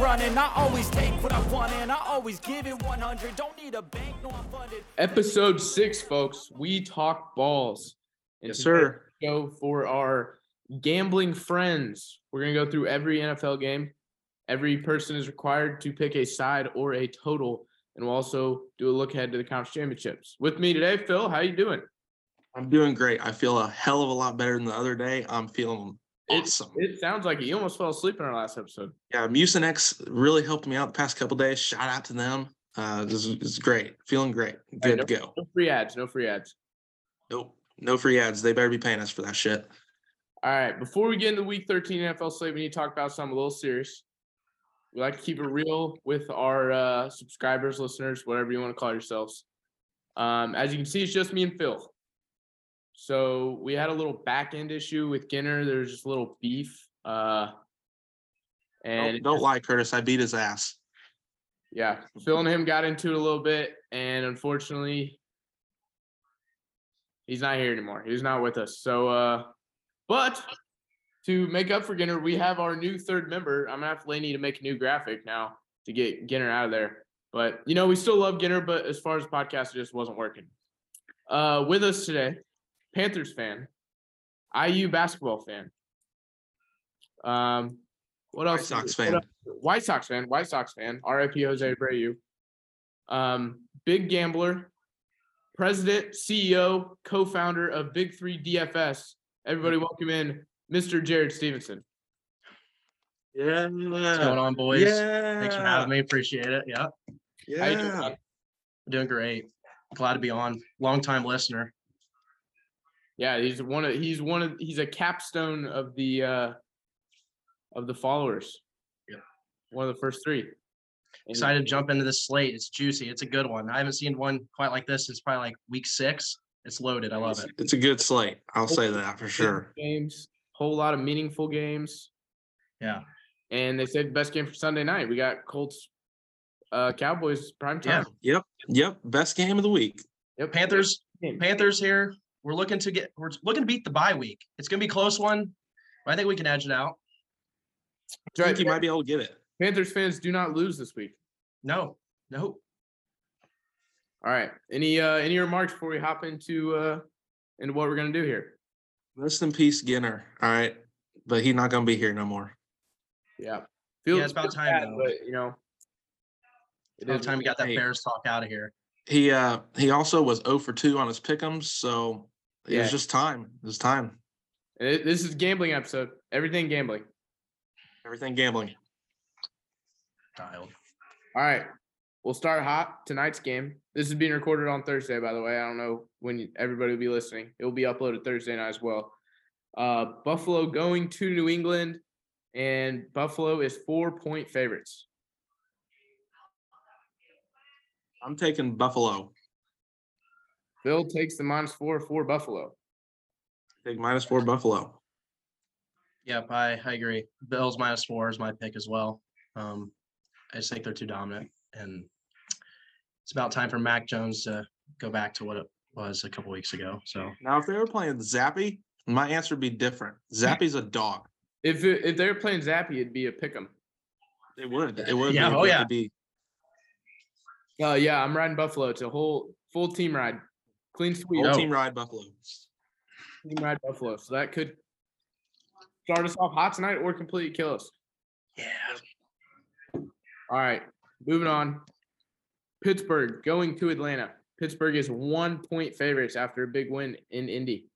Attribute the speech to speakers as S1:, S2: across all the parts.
S1: running. I always take what I want and I always give it 100. Don't need a bank, no, I'm funded.
S2: Episode six, folks. We talk balls. And
S3: Yes,
S2: today's
S3: sir.
S2: Show for our gambling friends. We're gonna go through every NFL game. Every person is required to pick a side or a total, and we'll also do a look ahead to the conference championships. With me today, Phil. How you doing?
S3: I'm doing great. I feel a hell of a lot better than the other day. I'm feeling
S2: It-
S3: awesome.
S2: It sounds like it. you almost fell asleep in our last episode.
S3: yeah, Mucinex really helped me out the past couple days. Shout out to them. Uh, this is, this is great. Feeling great. Good to go.
S2: No free ads. No free ads.
S3: Nope. No free ads. They better be paying us for that shit.
S2: All right. Before we get into week 13 NFL slate, we need to talk about something a little serious. We like to keep it real with our uh, subscribers, listeners, whatever you want to call yourselves. Um, as you can see, it's just me and Phil. So we had a little back end issue with Ginner. There's just a little beef. Uh, and
S3: Don't, don't lie, Curtis. I beat his ass.
S2: yeah, Phil and him got into it a little bit, and unfortunately, he's not here anymore. He's not with us. So, uh, but to make up for Ginner, we have our new third member. I'm gonna have Laney to make a new graphic now to get Ginner out of there. But you know, we still love Ginner, but as far as podcast, it just wasn't working. Uh, with us today, Panthers fan, IU basketball fan. Um, what else?
S3: White
S2: is
S3: Sox
S2: it? What
S3: fan.
S2: White Sox fan, White Sox fan, RIP Jose Abreu. Um, big gambler, president, CEO, co-founder of Big Three DFS. Everybody, welcome in Mr. Jared Stevenson.
S3: Yeah.
S4: What's going on, boys?
S3: Yeah.
S4: Thanks for having me. Appreciate it. Yeah,
S2: How you doing,
S3: Yeah.
S2: bud?
S4: doing great. Glad to be on. Longtime listener.
S2: yeah, he's one of he's one of he's a capstone of the uh of the followers.
S4: Yep.
S2: One of the first three. And-
S4: Excited to jump into this slate. It's juicy. It's a good one. I haven't seen one quite like this since probably like week six. It's loaded. I love it.
S3: It's a good slate. I'll say that for sure.
S2: Games, whole lot of meaningful games.
S4: Yeah.
S2: And they said best game for Sunday night. We got Colts uh Cowboys prime
S4: Yeah.
S2: time.
S3: Yep. Yep. Best game of the week.
S2: Yep.
S4: Panthers.
S2: Game.
S4: Panthers here. We're looking to get. We're looking to beat the bye week. It's gonna be a close one. But I think we can edge it out.
S3: I
S2: That's right.
S3: think you might be able to get it.
S2: Panthers fans do not lose this week.
S4: No. No.
S2: All right. Any uh any remarks before we hop into uh into what we're gonna do here?
S3: Rest in peace, Ginner. All right. But he's not going to be here no more.
S2: Yeah.
S4: it's about
S2: feels
S4: time,
S2: bad,
S4: though.
S2: But, you know, it
S4: About
S2: is
S4: time we got that
S3: Hey.
S4: Bears talk out of here.
S3: He uh he also was 0 for 2 on his pick'ems, so it
S2: Yeah.
S3: was just time. It was time.
S2: it- this is gambling episode. Everything gambling.
S3: Everything gambling.
S4: Dialed.
S2: All right. We'll start hot tonight's game. This is being recorded on Thursday, by the way. I don't know when you- everybody will be listening. It will be uploaded Thursday night as well. Uh, Buffalo going to New England, and Buffalo is four point favorites.
S3: I'm taking Buffalo.
S2: Bill takes the minus four for Buffalo.
S3: Take minus 4 Buffalo.
S4: Yep. I I agree. Bills minus four is my pick as well. Um, I just think they're too dominant, and it's about time for Mac Jones to go back to what it was a couple weeks ago. So
S3: Now if they were playing Zappy, my answer would be different. Zappy's a dog.
S2: If it, if they're playing Zappy, it'd be a pick 'em.
S3: It would. It would
S4: Yeah,
S3: be. It
S4: oh
S3: would
S4: yeah.
S3: be.
S2: Uh, yeah, I'm riding Buffalo. It's a whole full team ride, clean sweep.
S3: Whole
S4: No.
S3: team ride Buffalo.
S2: Team ride Buffalo. So that could start us off hot tonight or completely kill us.
S4: yeah,
S2: All right, moving on. Pittsburgh going to Atlanta. Pittsburgh is one point favorites after a big win in Indy.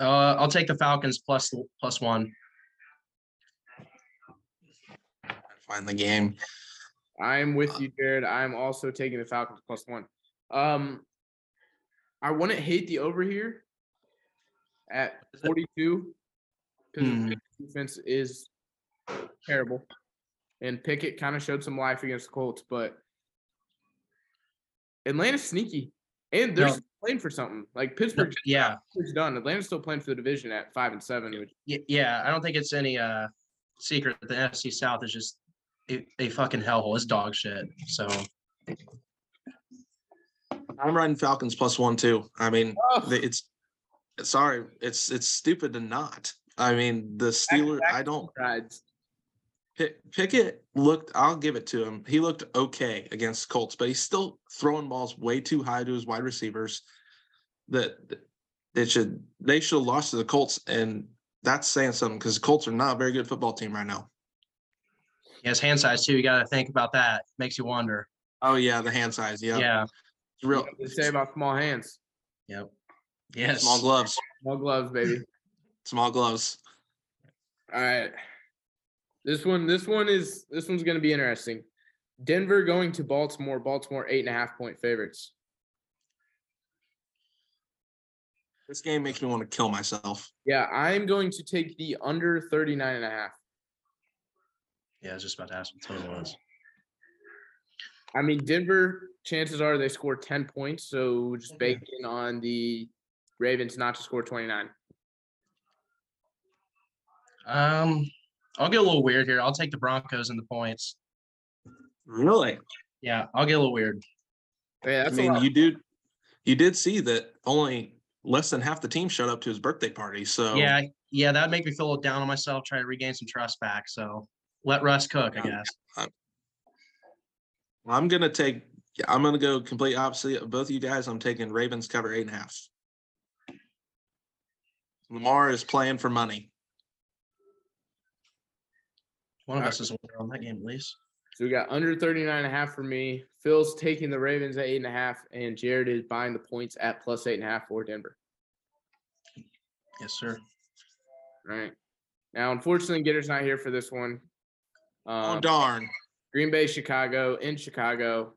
S4: uh, I'll take the Falcons plus the- plus one.
S3: Find the game.
S2: I'm
S4: Uh
S2: with you, Jared. I'm also taking the Falcons plus one. Um, I wouldn't hate the over here at 42 because
S4: Hmm.
S2: defense is terrible, and Pickett kind of showed some life against the Colts, but Atlanta's sneaky, and they're
S4: No.
S2: still playing for something. Like Pittsburgh's
S4: Yeah,
S2: It's done. Atlanta's still playing for the division at five and seven. Which,
S4: y- yeah. I don't think it's any uh secret that the NFC South is just a, a fucking hellhole. It's dog shit. So
S3: I'm riding Falcons plus 1 too. I mean, they- it's sorry, it's it's stupid to not. I mean, the Steelers, I don't
S2: rides.
S3: Pick, Pickett looked, I'll give it to him. He looked okay against Colts, but he's still throwing balls way too high to his wide receivers that it should, they should have lost to the Colts. And that's saying something because the Colts are not a very good football team right now.
S4: He has hand size too. You got to think about that. Makes you wonder.
S3: Oh, yeah. The hand size. Yeah.
S4: Yeah.
S3: It's real
S2: They say about small hands,
S4: Yep. Yes.
S3: small gloves,
S2: small gloves, baby.
S3: small gloves.
S2: All right. This one, this one is this one's gonna be interesting. Denver going to Baltimore. Baltimore eight and a half point favorites.
S3: This game makes me want to kill myself.
S2: Yeah, I'm going to take the under 39 and a half.
S4: yeah, I was just about to ask what the total was.
S2: I mean, Denver, chances are they score 10 points. So just bake in on the Ravens not to score 29.
S4: Um, I'll get a little weird here. I'll take the Broncos and the points.
S3: Really?
S4: Yeah, I'll get a little weird.
S2: Yeah,
S3: I
S2: that's
S3: mean,
S2: a lot.
S3: you do, you did see that only less than half the team showed up to his birthday party. So
S4: Yeah, yeah, that'd make me feel a little down on myself. Try to regain some trust back. So let Russ cook, I
S3: Yeah.
S4: guess.
S3: I'm gonna take. yeah, I'm gonna go complete opposite of both you guys. I'm taking Ravens cover eight and a half. Lamar is playing for money.
S4: One of us is older on that game at least.
S2: so we got under 39 and a half for me. Phil's taking the Ravens at eight and a half, and Jared is buying the points at plus eight and a half for Denver.
S4: Yes, sir.
S2: All right. Now, unfortunately, Gitter's not here for this one.
S3: Oh
S2: Um,
S3: darn!
S2: Green Bay, Chicago, in Chicago.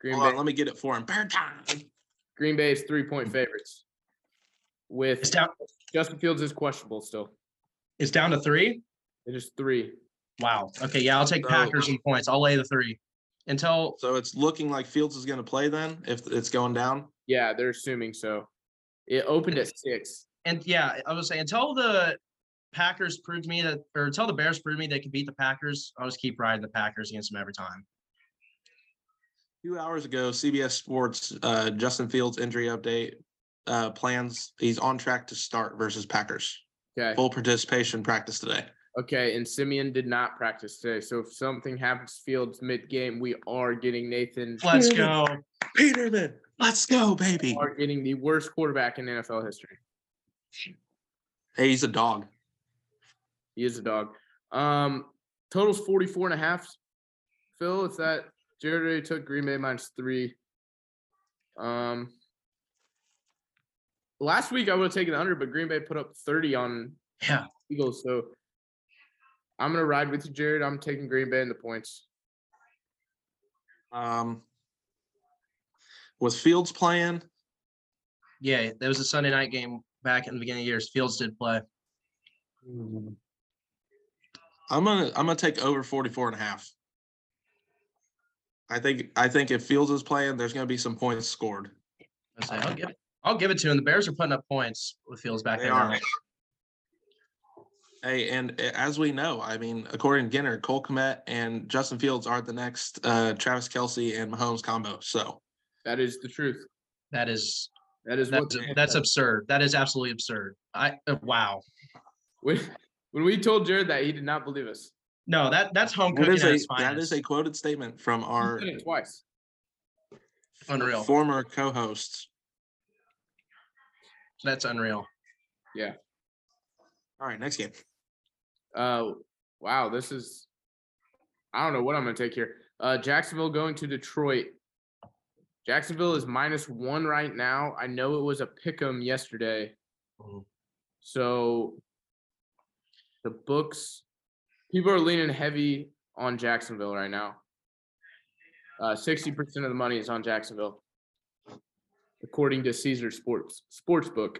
S2: Green
S3: Hold on,
S2: Bay,
S3: let me get it for him. Bear time.
S2: Green Bay is three point favorites.
S4: It's
S2: With
S4: down.
S2: Justin Fields is questionable still.
S4: It's down to three.
S2: It is three.
S4: Wow. Okay. Yeah, I'll take
S3: So-
S4: Packers and points. I'll lay the three until
S3: So it's looking like Fields is gonna play then if it's going down.
S2: Yeah, they're assuming so. It opened at six.
S4: and yeah, I was saying until the Packers proved me that, or until the Bears proved me they could beat the Packers, I'll just keep riding the Packers against them every time.
S3: Two hours ago, CBS Sports uh, Justin Fields injury update uh, plans. He's on track to start versus Packers.
S2: Okay.
S3: Full participation practice today.
S2: Okay. And Simeon did not practice today. So if something happens to Fields mid game, we are getting Nathan.
S4: Let's
S3: Yeah.
S4: go.
S3: Peterman, let's go, baby.
S2: we Are getting the worst quarterback in NFL history.
S3: Hey, he's a dog.
S2: He is a dog. Um, totals 44 and a half. Phil, if that Jared already took Green Bay minus three. Um, last week I would have taken the under, but Green Bay put up 30 on
S4: Yeah.
S2: Eagles. So I'm gonna ride with you, Jared. I'm taking Green Bay in the points.
S3: Um, with Fields playing,
S4: Yeah. That was a Sunday night game back in the beginning of years. Fields did play.
S3: I'm gonna I'm gonna take over 44 and a half. I think I think if Fields is playing, there's gonna be some points scored.
S4: I was like, I'll give, I'll give it to him. The Bears are putting up points with Fields back
S3: They
S4: there.
S3: are.
S4: now.
S3: Hey, and a- as we know, I mean, according to Ginner, Cole Komet and Justin Fields are the next uh, Travis Kelsey and Mahomes combo. So
S2: That is the truth.
S4: That is
S2: That is what
S4: that's,
S2: the-
S4: that's absurd. That is absolutely absurd. I uh, wow.
S2: when, when we told Jared that he did not believe us.
S4: No, that that's home
S3: that
S4: cooking
S3: is
S4: at its
S3: a that is
S4: finest.
S3: a quoted statement from
S2: He
S3: our
S2: said it twice.
S4: unreal.
S3: former co-host.
S4: That's unreal.
S3: All right, next game.
S2: Uh, wow, this is. I don't know what I'm gonna take here. Uh, Jacksonville going to Detroit. Jacksonville is minus one right now. I know it was a pick 'em yesterday, so the books people are leaning heavy on Jacksonville right now. Uh, 60% of the money is on Jacksonville, according to Caesar Sports Sportsbook,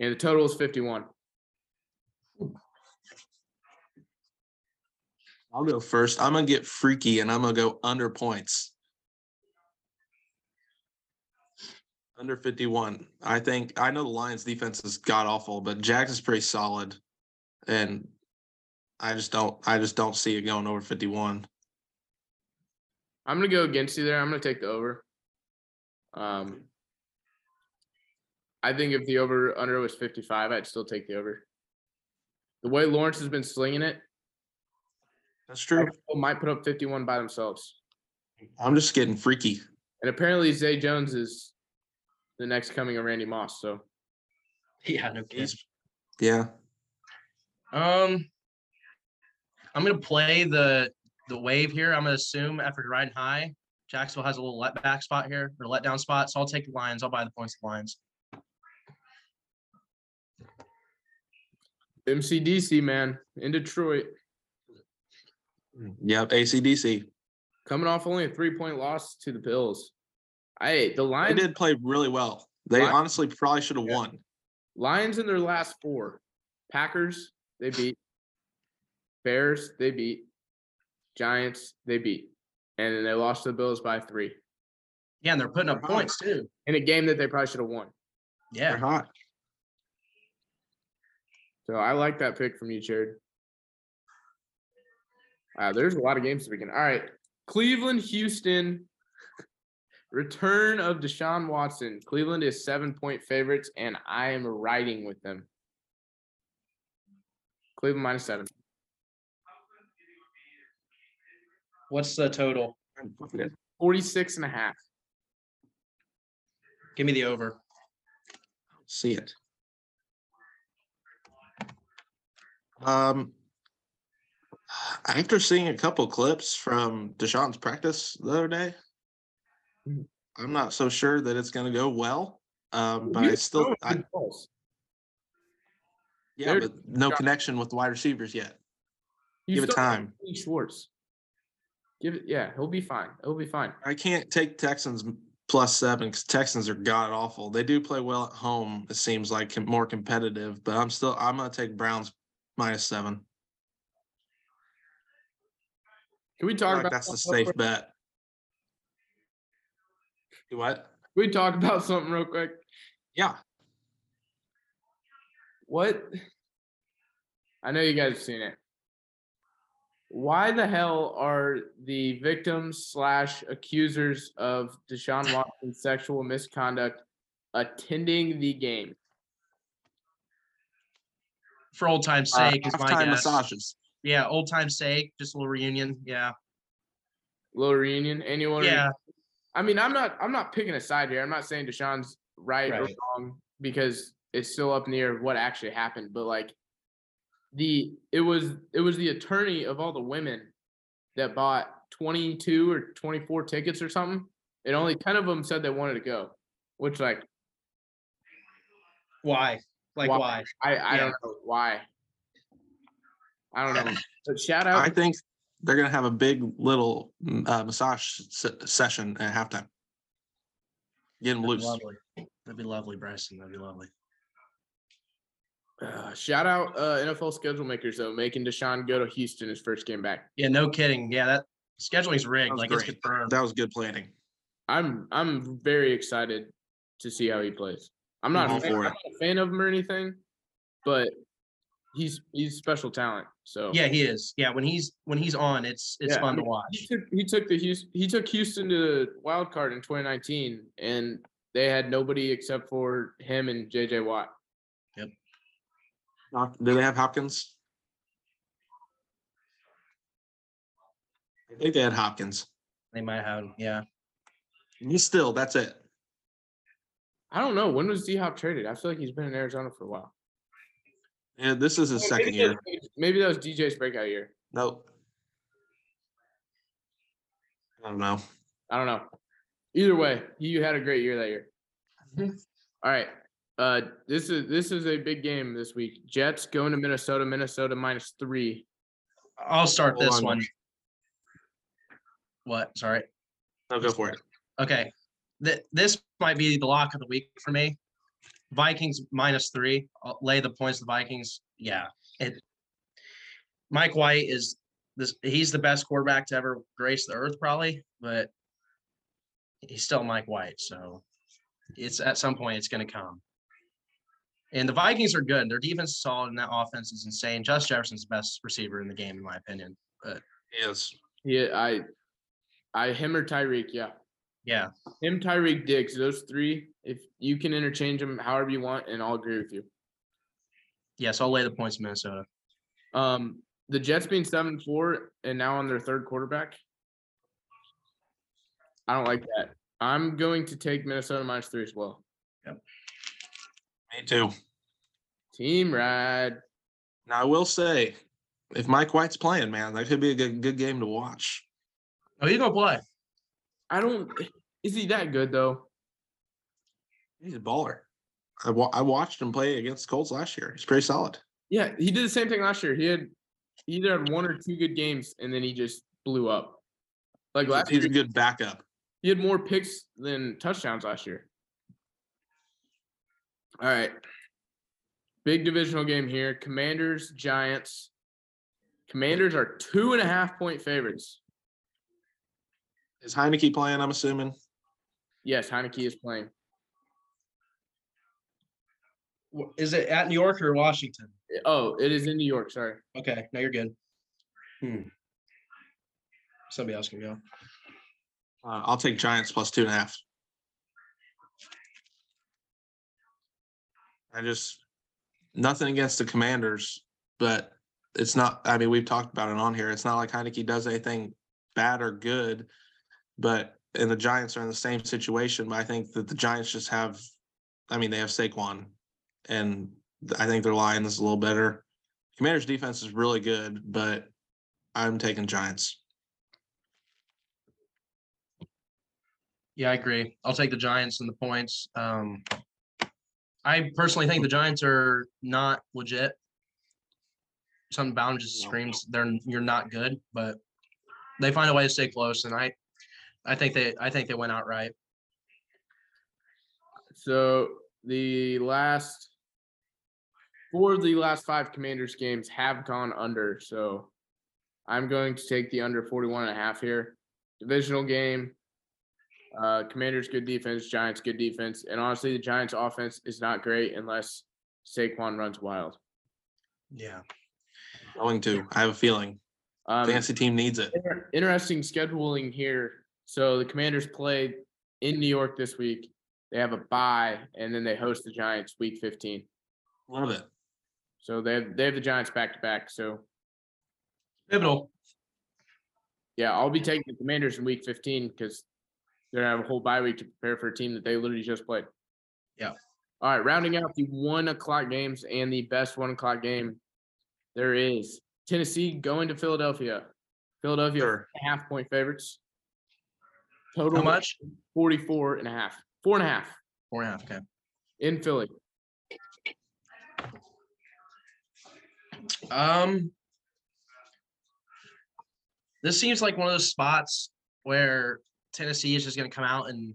S2: and the total is 51.
S3: I'll go first. I'm gonna get freaky and I'm gonna go under points. Under 51. I think I know the Lions defense is god awful, but Jackson's pretty solid. And I just don't I just don't see it going over 51.
S2: I'm gonna go against you there. I'm gonna take the over. Um, I think if the over under was 55, I'd still take the over. The way Lawrence has been slinging it,
S3: That's true.
S2: might put up 51 by themselves.
S3: I'm just getting freaky.
S2: And apparently Zay Jones is the next coming of Randy Moss. So
S4: Yeah, no kidding.
S3: He's- Yeah.
S4: Um, I'm gonna play the the wave here. I'm gonna assume after riding high, Jacksonville has a little letback spot here or letdown spot. So I'll take the Lions. I'll buy the points. Of the Lions.
S2: MCDC man in Detroit Hmm.
S3: Yep. ACDC.
S2: coming off only a three point loss to the Bills. I the
S3: They
S2: Lions
S3: did play really well. They
S2: Lions-
S3: honestly probably should have
S2: Yeah.
S3: won.
S2: Lions in their last four. Packers, they beat. Bears, they beat. Giants, they beat. And then they lost to the Bills by three
S4: Yeah, and they're putting up
S3: Wow.
S4: points too.
S2: in a game that they probably should have won.
S3: They're
S4: Yeah,
S3: hot.
S2: So I like that pick from you, Jared. Wow, there's a lot of games to begin. All right. Cleveland, Houston. Return of Deshaun Watson. Cleveland is seven point favorites, and I am riding with them. Cleveland minus seven.
S4: what's the total?
S2: 46 and a half.
S4: Give me the over.
S3: See it. Um, after seeing a couple clips from Deshaun's practice the other day,
S2: Mhm.
S3: I'm not so sure that it's going to go well. Um, but I
S2: Houston
S3: still,
S2: always
S3: I,
S2: did close.
S3: yeah,
S2: they're-
S3: but no connection with wide receivers yet.
S2: You
S3: Give it
S2: still got
S3: time.
S2: Anthony Schwartz. Give it, yeah, he'll be fine. He'll be fine.
S3: I can't take Texans m- plus seven because Texans are god awful. They do play well at home. It seems like com- more competitive, but I'm still I'm gonna take Browns minus seven.
S2: Can we
S3: I feel
S2: talk
S3: like
S2: about
S3: that's the
S2: something real
S3: safe
S2: quick?
S3: bet. Do what?
S2: Can we talk about something real quick?
S3: Yeah,
S2: What? I know you guys have seen it. Why the hell are the victims slash accusers of Deshaun Watson's sexual misconduct attending the game?
S4: For old time's
S3: Uh,
S4: sake, is my
S3: halftime
S4: guess.
S3: massages.
S4: Yeah, old time's sake, just a little reunion. Yeah,
S2: Little reunion. Anyone?
S4: yeah,
S2: I mean, I'm not I'm not picking a side here. I'm not saying Deshaun's right, or
S4: Right.
S2: wrong because it's still up in the air of what actually happened. But like the it was it was the attorney of all the women that bought 22 or 24 tickets or something, and only 10 of them said they wanted to go, which like
S4: Why? Like
S2: Why?
S4: why?
S2: I I
S4: Yeah.
S2: don't know why. I don't know. But shout out
S3: I think they're gonna have a big little mm, uh, massage se- session at halftime. Get them
S4: That'd be
S3: loose.
S4: lovely. That'd be lovely, Bryson. That'd be lovely.
S2: uh, shout out uh, NFL schedule makers though, making Deshaun go to Houston his first game back.
S4: Yeah, no kidding. Yeah, that scheduling's rigged.
S3: was
S4: Like it's
S3: great.
S4: confirmed.
S3: That was good planning.
S2: I'm I'm very excited to see how he plays. I'm not, a
S3: all
S2: fan,
S3: for
S2: I'm
S3: it.
S2: not a fan of him or anything, but he's he's special talent. So
S4: Yeah, he is. Yeah, when he's when he's on, it's it's
S2: Yeah, I
S4: fun
S2: mean,
S4: to
S2: he
S4: watch.
S2: took he took the Houston he took Houston to the wild card in 2019, and they had nobody except for him and JJ Watt.
S3: Doc- Do they have Hopkins? I think they had Hopkins.
S4: They might have. Yeah,
S3: You still, that's it.
S2: I don't know when was D Hop traded. I feel like he's been in Arizona for a while.
S3: Yeah, this is his second
S2: Maybe that-
S3: year.
S2: Maybe that was DJ's breakout year.
S3: Nope. I don't know.
S2: I don't know. Either way, you had a great year that year. All right. Uh, this is this is a big game this week. Jets going to Minnesota. Minnesota minus three.
S4: I'll start
S3: Hold
S4: this
S3: on.
S4: one. What? Sorry.
S3: No, go for it.
S4: Okay, Th- this might be the lock of the week for me. Vikings minus three. I'll lay the points. to The Vikings. Yeah. It. Mike White is this. He's the best quarterback to ever grace the earth, probably, but he's still Mike White. So it's at some point it's going to come. And the Vikings are good. Their defense is solid, and that offense is insane. Josh Jefferson's the best receiver in the game, in my opinion.
S3: Yes.
S2: Yeah, I, I him or Tyreek. Yeah,
S4: Yeah.
S2: him, Tyreek, Diggs. Those three. If you can interchange them however you want, and I'll agree with you.
S4: Yes, I'll lay the points, in Minnesota.
S2: Um, the Jets being seven and four and now on their third quarterback. I don't like that. I'm going to take Minnesota minus three as well.
S3: Me too.
S2: Team ride.
S3: Now I will say, if Mike White's playing, man, that could be a good good game to watch.
S4: Oh, he's gonna play.
S2: I don't. eh, Is he that good though?
S3: He's a baller. I wa- I watched him play against the Colts last year. He's pretty solid.
S2: Yeah, he did the same thing last year. He had he either had one or two good games and then he just blew up. Like last
S3: He's
S2: year,
S3: a good backup.
S2: he had more picks than touchdowns last year. All right. Big divisional game here. Commanders, Giants. Commanders are two and a half point favorites.
S3: Is Heineke playing? I'm assuming.
S2: Yes, Heineke is playing.
S4: W- Is it at New York or Washington?
S2: Oh, it is in New York. Sorry.
S4: Okay, no, you're good. Hmm. Somebody else can go.
S3: Uh, I'll take Giants plus two and a half. I just nothing against the Commanders, but it's not. I mean, we've talked about it on here. It's not like Heineke does anything bad or good, but and the Giants are in the same situation. But I think that the Giants just have. I mean, they have Saquon, and I think their line is a little better. Commanders defense is really good, but I'm taking Giants.
S4: Yeah, I agree. I'll take the Giants and the points. Um, I personally think the Giants are not legit. Something bound just
S3: No.
S4: screams they're you're not good, but they find a way to stay close, and I, I think they I think they went outright.
S2: So the last four of the last five Commanders games have gone under. So I'm going to take the under 41 and a half here. Divisional game. Uh, Commanders good defense, Giants good defense, and honestly, the Giants offense is not great unless Saquon runs wild.
S4: Yeah,
S3: Going to. I have a feeling.
S2: Um,
S3: Fancy team needs it.
S2: Inter- interesting scheduling here. So the Commanders play in New York this week. They have a bye, and then they host the Giants week 15.
S3: Love it.
S2: So they have they have the Giants back to back. So
S4: pivotal.
S2: yeah, I'll be taking the Commanders in week 15 because they're gonna have a whole bye week to prepare for a team that they literally just played.
S4: Yeah.
S2: All right, rounding out the one o'clock games and the best one o'clock game there is Tennessee going to Philadelphia. Philadelphia
S3: Sure.
S2: half point favorites. Total
S4: How much?
S2: 44 and a half. Four and a half
S4: Four and a half. Okay.
S2: in Philly.
S4: Um, this seems like one of those spots where Tennessee is just going to come out and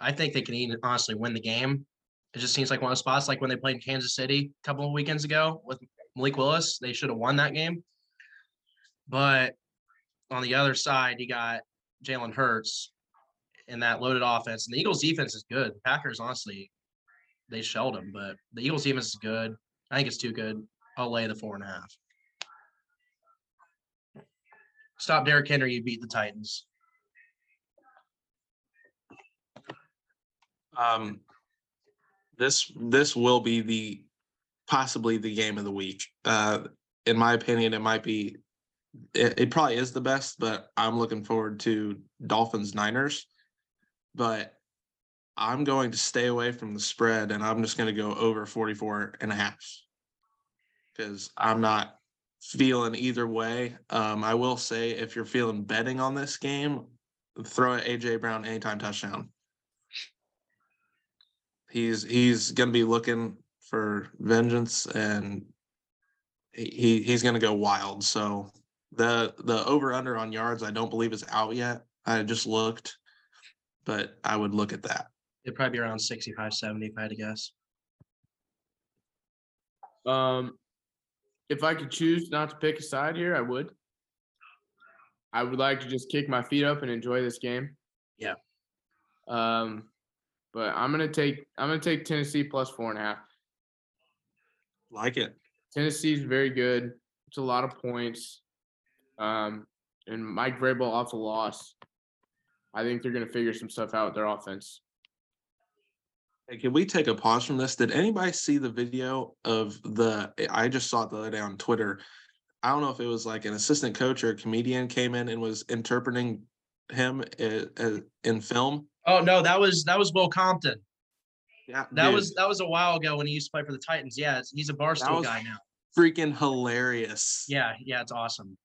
S4: I think they can even honestly win the game. It just seems like one of those spots, like when they played Kansas City a couple of weekends ago with Malik Willis, they should have won that game. But on the other side, you got Jalen Hurts and that loaded offense. And the Eagles' defense is good. Packers, honestly, they shelled them, but the Eagles' defense is good. I think it's too good. I'll lay the four and a half. Stop Derrick Henry. You beat the Titans.
S3: Um, this this will be the possibly the game of the week. Uh, in my opinion, it might be. It, it probably is the best, but I'm looking forward to Dolphins Niners. But I'm going to stay away from the spread, and I'm just going to go over 44 and a half because I'm not feeling either way. Um, I will say if you're feeling betting on this game, throw at AJ Brown anytime touchdown. he's he's gonna be looking for vengeance and he he- he's gonna go wild. So the the over under on yards I don't believe is out yet. I just looked, but I would look at that.
S4: It'd probably be around 65, 70 if I had to guess.
S2: Um, if I could choose not to pick a side here, I would. I would like to just kick my feet up and enjoy this game.
S4: Yeah.
S2: Um, but I'm gonna take I'm gonna take Tennessee plus four and a half.
S3: Like it.
S2: Tennessee's very good. It's a lot of points. Um, and Mike Vrabel off the loss. I think they're gonna figure some stuff out with their offense.
S3: Hey, can we take a pause from this? Did anybody see the video of the? I just saw it the other day on Twitter. I don't know if it was like an assistant coach or a comedian came in and was interpreting him i- i- in film.
S4: Oh no, that was that was Will Compton.
S3: Yeah,
S4: That
S3: dude,
S4: was that was a while ago when he used to play for the Titans. Yeah, it's- he's a barstool
S3: was-
S4: guy now.
S3: freaking hilarious.
S4: Yeah, yeah, it's awesome.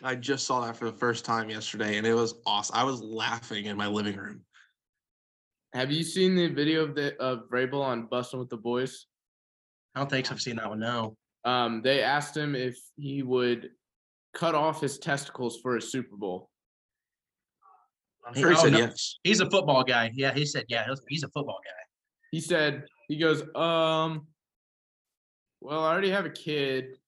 S3: I just saw that for the first time yesterday, and it was awesome. I was laughing in my living room.
S2: Have you seen the video of the of Vrabel on Bustin' with the Boys?
S4: I don't think I've seen that one. No.
S2: Um, they asked him if he would cut off his testicles for a Super Bowl.
S3: I'm sure he
S4: Oh,
S3: said
S4: no.
S3: yes.
S4: He's a football guy. Yeah, he said, yeah, he's- he's a football guy.
S2: He said, he goes, um, well, I already have a kid.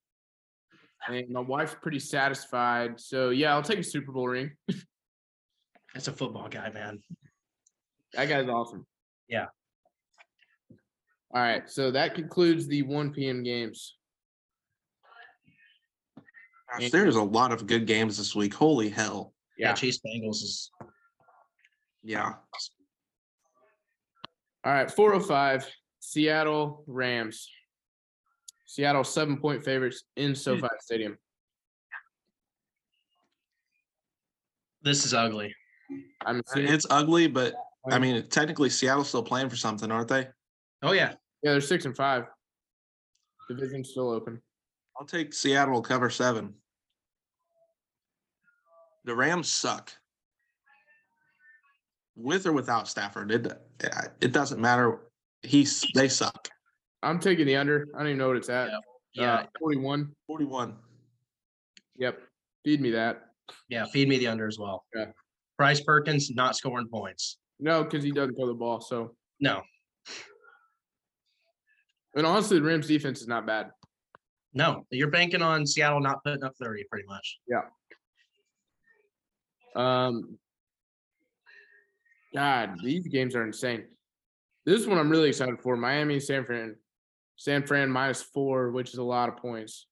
S2: And my wife's pretty satisfied. So yeah, I'll take a Super Bowl ring.
S4: That's a football guy, man.
S2: That guy's awesome.
S4: Yeah.
S2: All right. So that concludes the 1 p.m. games.
S3: Gosh, there's a lot of good games this week. Holy hell.
S4: Yeah,
S2: Yeah.
S4: Chase Bengals is
S3: Yeah.
S2: All right. 405, Seattle Rams. Seattle seven point favorites in SoFi Stadium.
S4: this is ugly.
S2: I'm assuming,
S3: It's ugly, but I
S2: Um,
S3: mean, technically, Seattle's still playing for something, aren't they?
S4: Oh yeah,
S2: yeah, they're six and five. Division's still open.
S3: I'll take Seattle cover seven. The Rams suck. With or without Stafford, it it doesn't matter. He's they suck.
S2: I'm taking the under. I don't even know what it's at. Uh,
S4: yeah,
S2: 41.
S3: Forty one.
S2: Yep. Feed me that.
S4: yeah. Feed me the under as well.
S2: Yeah.
S4: Bryce Perkins not scoring points.
S2: No, because he doesn't throw the ball. So,
S4: No,
S2: and honestly, the Rams defense is not bad.
S4: no. You're banking on Seattle not putting up thirty, pretty much.
S2: Um, God, these games are insane. This one I'm really excited for. Miami, San Fran, San Fran minus four, which is a lot of points.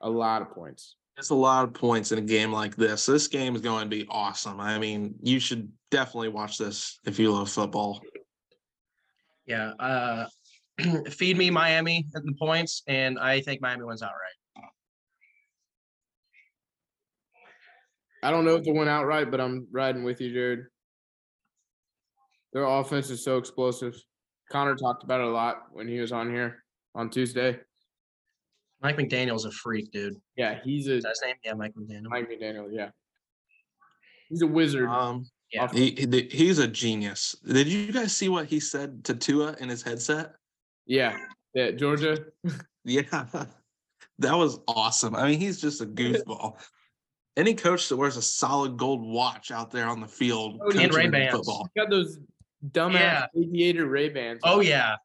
S2: A lot of points.
S3: It's a lot of points in a game like this. This game is going to be awesome. I mean, you should definitely watch this if you love football.
S4: Yeah. Uh, feed me Miami at the points, and I think Miami wins outright.
S2: I don't know if it went outright, but I'm riding with you, Jared. Their offense is so explosive. Connor talked about it a lot when he was on here on Tuesday.
S4: Mike McDaniel's a freak, dude. Is
S2: Yeah, he's a
S4: that his name? Yeah, Mike McDaniel.
S2: Mike McDaniel. Yeah, he's a wizard.
S4: Uh,
S3: Um,
S4: Yeah.
S3: he, he the- he's a genius. Did you guys see what he said to Tua in his headset?
S2: yeah, yeah, Georgia.
S3: Yeah, that was awesome. I mean, he's just a goofball. Any coach that wears a solid gold watch out there on the field
S2: Oh, and
S3: coaching
S4: Ray-Bans.
S3: football,
S2: Got those dumbass
S4: Yeah.
S2: aviator Ray Bans.
S4: Oh yeah.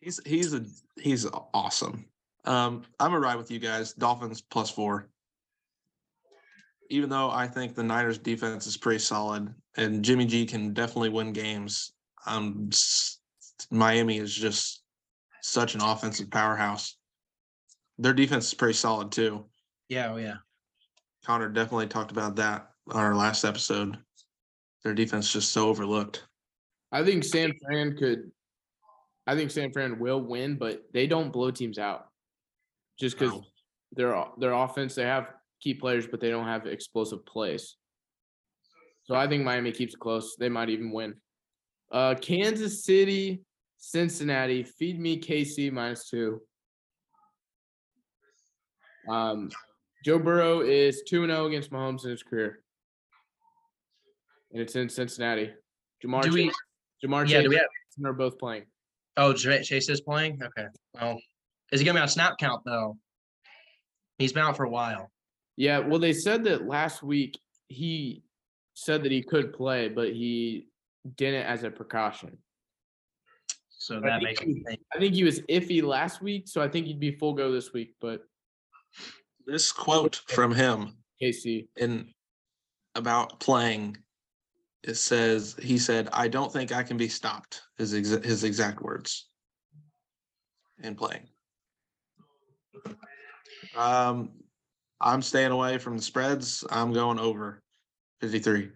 S3: he's he's a he's awesome. Um, I'm gonna ride with you guys. Dolphins plus four. Even though I think the Niners defense is pretty solid and Jimmy G can definitely win games, um, s- Miami is just such an offensive powerhouse. Their defense is pretty solid too.
S4: Yeah. Oh yeah.
S3: Connor definitely talked about that on our last episode. Their defense is just so overlooked.
S2: I think San Fran could. I think San Fran will win, but they don't blow teams out. Just because
S3: No.
S2: their o- their offense, they have key players, but they don't have explosive plays. So I think Miami keeps it close. They might even win. Uh, Kansas City, Cincinnati, feed me KC minus two. Um, Joe Burrow is two and zero against Mahomes in his career, and it's in Cincinnati. Jamar
S4: Do we-
S2: Chase, Jamar
S4: Yeah.
S2: Chase
S4: Do we have?
S2: and are both playing.
S4: Oh, Ch- Chase is playing. Okay. Well, is he gonna be on snap count though? He's been out for a while.
S2: Yeah, well, they said that last week he said that he could play, but he didn't as a precaution.
S4: So
S2: I
S4: that
S2: think
S4: makes
S2: he-
S4: me think.
S2: I think he was iffy last week, so I think he'd be full go this week. But
S3: This quote from him
S2: KC,
S3: in about playing, it says he said, "I don't think I can be stopped." Is exa- his exact words in playing. Um, I'm staying away from the spreads. I'm going over 53.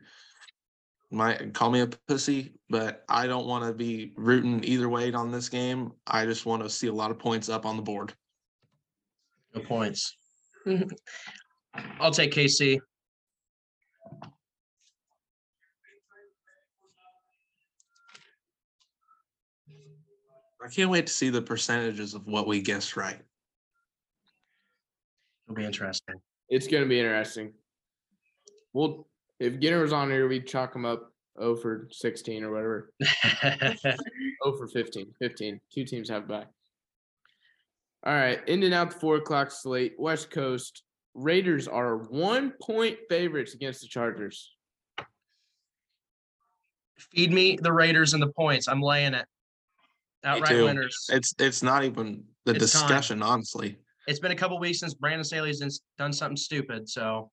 S3: my call me a pussy, but I don't want to be rooting either way on this game. I just want to see a lot of points up on the board.
S4: No points. I'll take KC.
S3: I can't wait to see the percentages of what we guessed right.
S4: It'll be interesting.
S2: It's gonna be interesting. Well, if Ginner was on here, we'd chalk him up 0 for 16 or whatever. 0 for 15. 15. Two teams have back. All right. In and out the four o'clock slate. West Coast Raiders are one point favorites against the Chargers.
S4: Feed me the Raiders and the points. I'm laying it. Outright
S3: too.
S4: winners.
S3: It's it's not even the
S4: It's time.
S3: discussion, honestly.
S4: It's been a couple weeks since Brandon Saley's done- done something stupid. So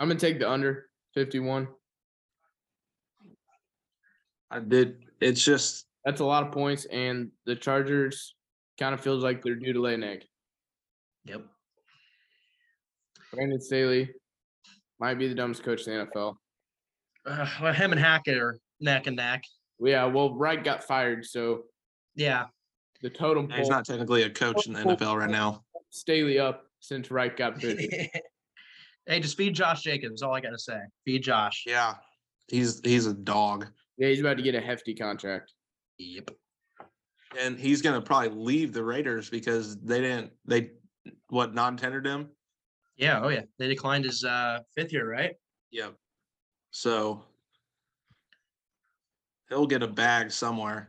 S2: I'm gonna take the under 51.
S3: I did. It's just
S2: That's a lot of points, and the Chargers kind of feels like they're due to lay an egg.
S4: yep.
S2: Brandon Staley might be the dumbest coach in the NFL.
S4: Uh, well, him and Hackett are neck and neck.
S2: Yeah, well, Wright got fired, so
S4: Yeah.
S2: the totem
S3: he's
S2: pole
S3: not technically a coach in the NFL right now.
S2: Staley up since Wright got booted.
S4: hey, just feed Josh Jacobs. is All I gotta say. Feed Josh.
S3: Yeah, he's he's a dog,
S2: yeah, he's about to get a hefty contract.
S4: Yep.
S3: and he's gonna probably leave the Raiders because they didn't they what non-tendered him.
S4: Yeah. Oh yeah. They declined his uh, fifth year, right?
S3: Yep. So he'll get a bag somewhere.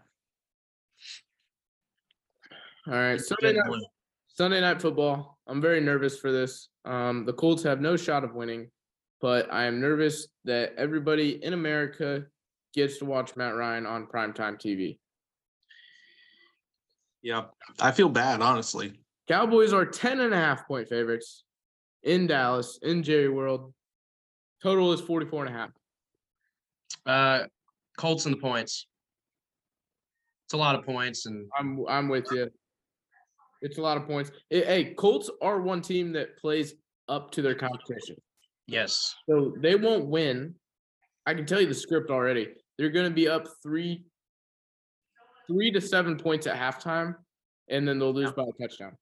S2: All right,
S4: He's
S2: Sunday
S4: good
S2: night,
S4: blue.
S2: Sunday night football. I'm very nervous for this. Um, the Colts have no shot of winning, but I am nervous that everybody in America gets to watch Matt Ryan on primetime TV.
S3: Yep. I feel bad, honestly.
S2: Cowboys are 10 and a half point favorites in Dallas, in Jerry World. Total is 44 and a half.
S4: Uh, Colts and the points. It's a lot of points, and
S2: I'm I'm with you. It's a lot of points. Eh, Hey, Colts are one team that plays up to their competition.
S4: yes,
S2: So they won't win. I can tell you the script already. They're going to be up three, three to seven points at halftime, and then they'll lose by a touchdown.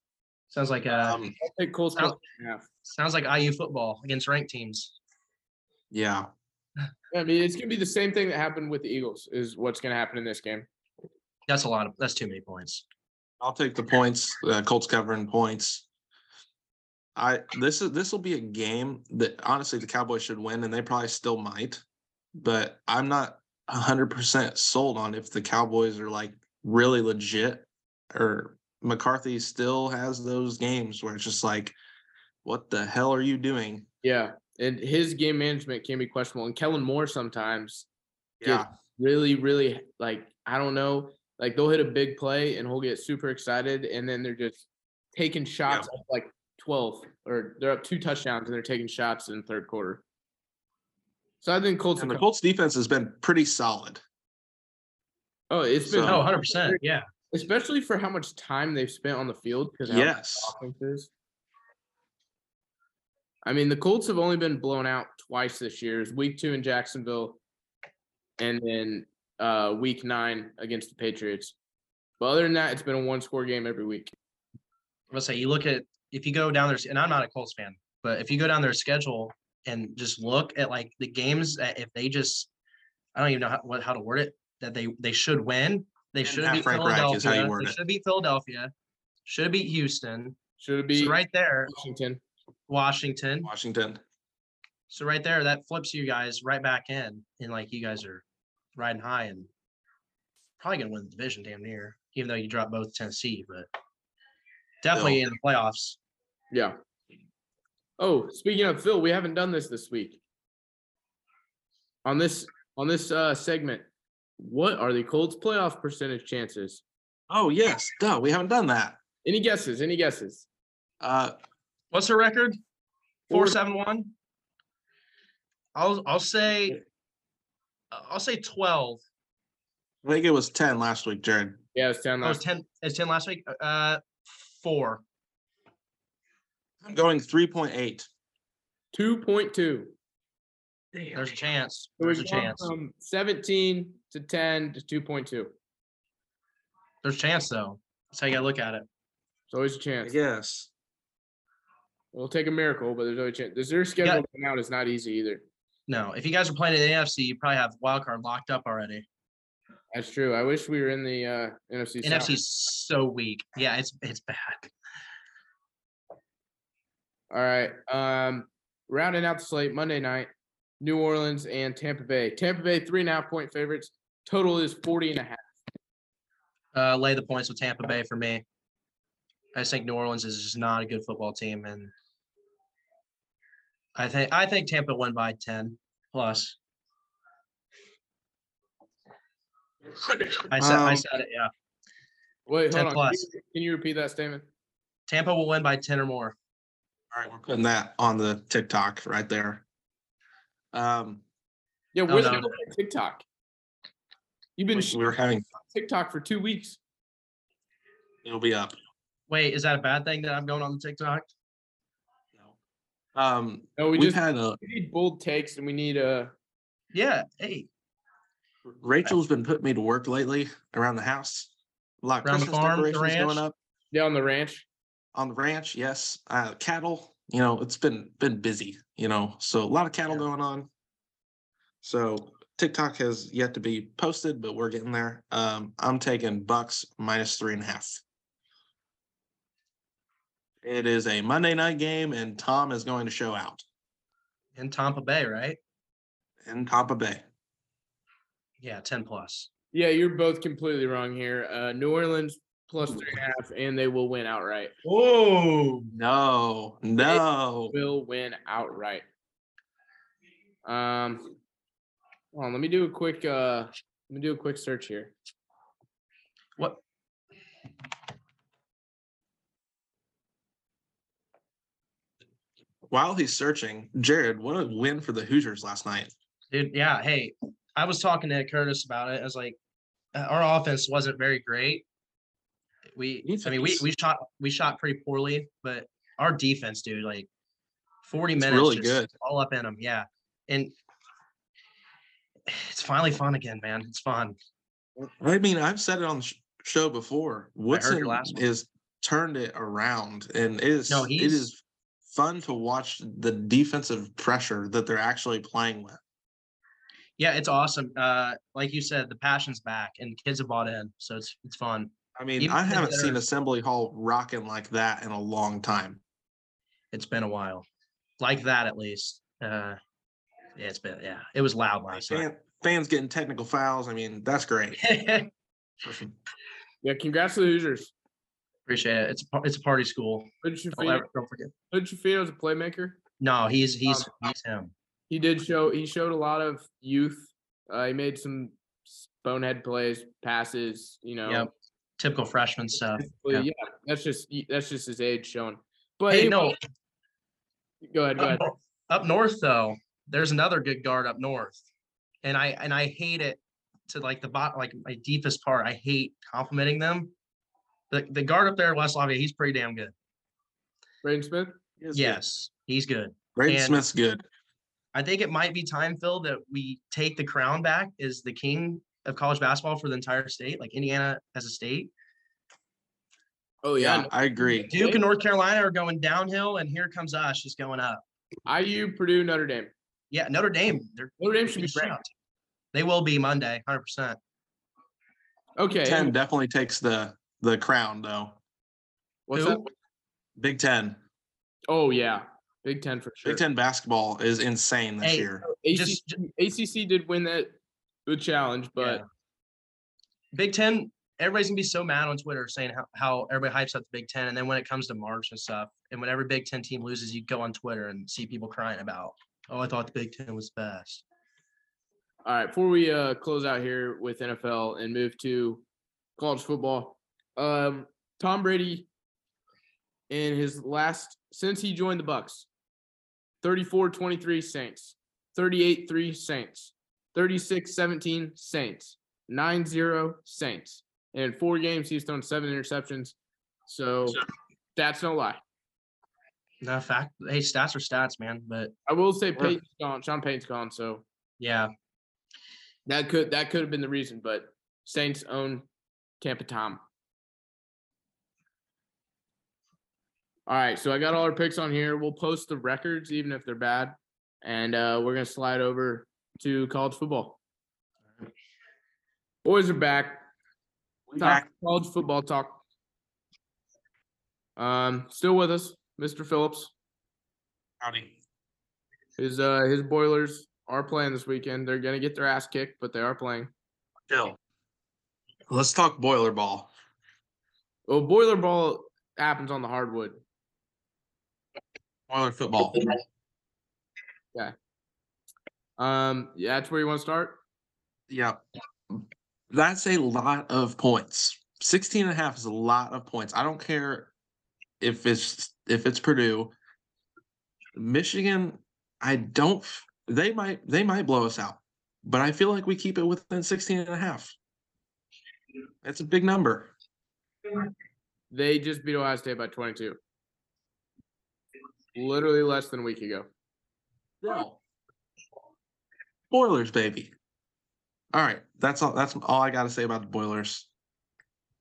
S4: sounds like uh,
S3: Um,
S2: I'll take Colts.
S4: Sounds-
S2: plus three and a half.
S4: sounds like IU football against ranked teams.
S3: yeah.
S2: I mean, it's going to be the same thing that happened with the Eagles. Is what's going to happen in this game.
S4: That's a lot of that's too many points.
S3: I'll take the points. Uh, Colts covering points. I this is this will be a game that honestly the Cowboys should win, and they probably still might. But I'm not hundred percent sold on if the Cowboys are like really legit or McCarthy still has those games where it's just like, what the hell are you doing?
S2: Yeah, and his game management can be questionable. And Kellen Moore sometimes Yeah.
S3: Yeah,
S2: really, really like I don't know, like they'll hit a big play and he'll get super excited, and then they're just taking shots up like twelve or they're up two touchdowns and they're taking shots in the third quarter. So I think Colts.
S3: and
S2: are
S3: the
S2: com-
S3: Colts defense has been pretty solid.
S2: oh, it's been
S3: So-
S4: Oh, 100 percent. Yeah,
S2: especially for how much time they've spent on the field because how
S3: Yes,
S2: offenses. I mean, the Colts have only been blown out twice this year. It was week two in Jacksonville, and then uh, week nine against the Patriots. But other than that, it's been a one-score game every week.
S4: I'm gonna say you look at if you go down there, and I'm not a Colts fan, but if you go down their schedule and just look at like the games that if they just, I don't even know how, what how to word it that they they should win. They
S3: And
S4: should
S3: Matt
S4: beat
S3: Frank Reich
S4: Philadelphia.
S3: is how you word
S4: They
S3: it.
S4: should beat Philadelphia. Should beat Houston.
S2: Should it be
S4: So right there,
S2: Washington?
S4: Washington.
S3: Washington.
S4: So right there, that flips you guys right back in, and like you guys are riding high and probably gonna win the division damn near, even though you drop both Tennessee, but definitely in the playoffs.
S2: Yeah. Oh, speaking of Phil, we haven't done this this week. On this on this uh, segment, what are the Colts' playoff percentage chances?
S3: Oh yes, duh, we haven't done that.
S2: Any guesses? Any guesses?
S3: Uh,
S4: What's their record? Four
S2: Four-
S4: seven one. I'll I'll say I'll say twelve.
S3: I think it was ten last week, Jared.
S2: Yeah, it's down
S4: Oh, it was
S2: last.
S4: ten. It's ten last week. Uh, four.
S3: I'm going three point eight.
S2: Two point two.
S4: There's a chance.
S2: So
S4: There's a
S2: we've gone
S4: chance.
S2: From 17 to 10 to 2.2.
S4: There's a chance though. That's how you gotta look at it.
S2: It's always a
S3: I
S2: chance.
S3: guess.
S2: It'll take a miracle, but there's no chance. This their schedule right now is not easy either.
S4: No, if you guys are playing in the AFC, you probably have wild card locked up already.
S2: That's true. I wish we were in the uh, NFC. South.
S4: NFC's so weak. Yeah, it's it's bad.
S2: All right. Um, rounding out the slate Monday night, New Orleans and Tampa Bay. Tampa Bay three and a half point favorites. Total is 40 and a half.
S4: Uh, lay the points with Tampa Bay for me. I just think New Orleans is just not a good football team, and I think I think Tampa won by ten plus. I said I
S3: Um,
S4: said it. Yeah,
S2: Wait,
S4: 10
S2: hold on. Can
S4: plus.
S2: you, can you repeat that statement?
S4: Tampa will win by ten or more.
S3: All right, we're putting that on the TikTok right there. Um,
S2: Yeah,
S4: No,
S2: where's
S4: no,
S2: that
S4: Oh, no.
S2: on TikTok? You've been
S3: we
S2: sh-
S3: we were having
S2: TikTok for two weeks.
S3: it'll be up.
S4: Wait, is that a bad thing that I'm going on the TikTok?
S3: Um,
S2: No, we
S3: we've
S2: just
S3: had a
S2: we need bold takes and we need uh
S4: Yeah. Hey,
S3: Rachel's been putting me to work lately around the house. A lot of
S4: Around the
S3: Christmas
S4: farm, the
S3: decorations
S4: ranch?
S3: going up
S2: down the ranch.
S3: on the ranch. Yes, uh, cattle. You know, it's been been busy. You know, so a lot of cattle
S4: Yeah.
S3: going on. So TikTok has yet to be posted, but we're getting there. Um, I'm taking Bucks minus three and a half. It is a Monday night game, and Tom is going to show out
S4: in Tampa Bay, right?
S3: in Tampa Bay.
S4: Yeah, ten plus.
S2: Yeah, you're both completely wrong here. Uh New Orleans plus three and a half, and they will win outright.
S4: Whoa.
S3: No, no.
S2: will win outright. Um, hold on, let me do a quick uh, let me do a quick search here.
S4: What?
S3: While he's searching, Jared, what a win for the Hoosiers last night.
S4: Dude, yeah. Hey, I was talking to Curtis about it. I was like, uh, our offense wasn't very great. We, I mean, we
S3: Defense.
S4: we shot we shot pretty poorly, but our defense, dude, like forty
S3: It's
S4: minutes,
S3: really
S4: just
S3: good.
S4: all up in them. Yeah, and it's finally fun again, man. It's fun.
S3: I mean, I've said it on the sh- show before. Woodson
S4: last one.
S3: is turned it around, and it is
S4: No,
S3: it
S4: he's-
S3: is fun to watch the defensive pressure that they're actually playing with.
S4: Yeah, it's awesome. Uh, like you said, the passion's back, and kids have bought in, so it's it's fun.
S3: I mean,
S4: Even
S3: I
S4: if
S3: haven't seen
S4: they're-
S3: Assembly Hall rocking like that in a long time.
S4: It's been a while, like that at least. Uh, yeah, it's been yeah, it was loud last night.
S3: Fan, fans getting technical fouls. I mean, that's great.
S2: Yeah, congrats to the Hoosiers.
S4: Appreciate it. It's a, par- it's a party school.
S2: Hood
S4: Don't,
S2: Shafino,
S4: ever, don't forget.
S2: Hood Shafino's a playmaker.
S4: No, he's he's he's him.
S2: He did show he showed a lot of youth. Uh, he made some s- bonehead plays, passes. You know,
S4: Yep. Typical freshman stuff.
S2: Well,
S4: yeah.
S2: yeah. that's just that's just his age showing. But
S4: Hey,
S2: anyway,
S4: no,
S2: go ahead, go
S4: up,
S2: ahead.
S4: nor- up north though, there's another good guard up north, and I and I hate it to like the bot like my deepest part. I hate complimenting them. The the guard up there at West Lafayette, he's pretty damn good.
S2: Braden Smith.
S3: He is good.
S4: Yes, he's good.
S3: Braden
S4: and-
S3: Smith's good.
S4: I think it might be time, Phil, that we take the crown back as the king of college basketball for the entire state, like Indiana as a state.
S2: Oh
S3: Yeah, I agree.
S4: Duke and North Carolina are going downhill, and here comes us just going up.
S2: IU, Purdue, Notre Dame.
S4: Yeah, Notre Dame. They're
S2: Notre Dame
S4: they
S2: should be ranked.
S4: They will be Monday, hundred percent.
S2: Okay.
S3: Ten definitely takes the the crown though.
S2: What's
S4: Who?
S2: up?
S3: Big Ten.
S2: Oh yeah, Big Ten for sure.
S3: Big Ten basketball is insane this
S4: Hey,
S3: year.
S2: ACC,
S4: Just-
S2: ACC did win that the challenge, but
S4: Yeah. Big Ten. Everybody's gonna be so mad on Twitter saying how, how everybody hypes up the Big Ten, and then when it comes to March and stuff, and when every Big Ten team loses, you go on Twitter and see people crying about, "Oh, I thought the Big Ten was best."
S2: all right. Before we uh, close out here with NFL and move to college football, um, Tom Brady in his last since he joined the Bucks, 34-23 Saints, 38-3 Saints, 36-17 Saints, 9-0 Saints. And in four games, he's thrown seven interceptions. So that's no lie.
S4: No fact. Hey, stats are stats, man. But
S2: I will say
S3: Sure.
S2: Payton's gone. Sean Payton's gone, so
S4: yeah,
S2: that could that could have been the reason. But Saints own Tampa Tom. All right, so I got all our picks on here. We'll post the records, even if they're bad, and uh, we're gonna slide over to college football. Boys are back. Talk
S3: Back.
S2: college football talk. Um, still with us, Mr. Phillips.
S3: Howdy.
S2: His uh his Boilers are playing this weekend. They're gonna get their ass kicked, but they are playing.
S3: Phil. Let's talk boiler ball.
S2: Well, boiler ball happens on the hardwood.
S3: Boiler football.
S2: Um, yeah, that's where you want to start.
S3: Yeah. That's a lot of points. 16 and a half is a lot of points. I don't care if it's if it's Purdue. Michigan, I don't f- they might they might blow us out, but I feel like we keep it within 16 and a half. That's a big number.
S2: They just beat Ohio State by 22. Literally less than a week ago.
S3: No. Boilers, baby. All right. That's all that's all I gotta say about the boilers.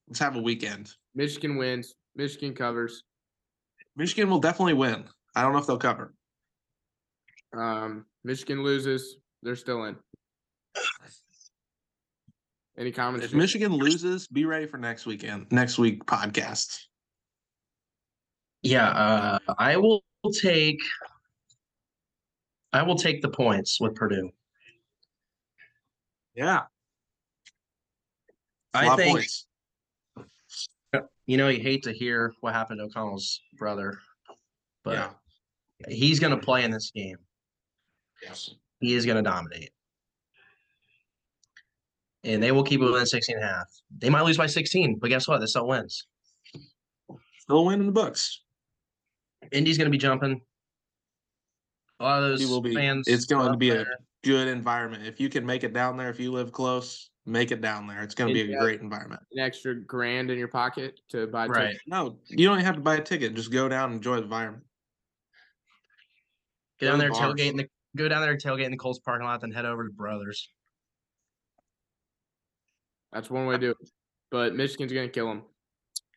S3: Let's have a weekend.
S2: Michigan wins. Michigan covers.
S3: Michigan will definitely win. I don't know if they'll cover.
S2: Um, Michigan loses. They're still in. Any comments?
S3: If
S2: Jake?
S3: Michigan loses, be ready for next weekend, next week podcast.
S4: yeah. Uh, I will take. I will take the points with Purdue.
S3: Yeah.
S4: I think- You know, you hate to hear what happened to O'Connell's brother, but
S3: Yeah.
S4: he's going to play in this game.
S3: Yes.
S4: He is going to dominate. And they will keep it within 16 and a half. They might lose by 16, but guess what? They still wins.
S3: They'll win in the books.
S4: Indy's going to be jumping. A lot of
S3: He
S4: those
S3: will be.
S4: fans.
S3: It's going
S4: are
S3: to
S4: up
S3: be a
S4: there.
S3: good environment. If you can make it down there, if you live close, make it down there. It's going to be a
S2: Yeah.
S3: great environment.
S2: an extra grand in your pocket to buy tickets?
S4: right.
S3: No, you don't even have to buy a ticket. Just go down and enjoy the environment.
S4: Go down
S3: Those
S4: there,
S3: bars.
S4: tailgate in the go down there, tailgate in the Colts parking lot, then head over to Brothers.
S2: That's one way to do it. But Michigan's going to kill them.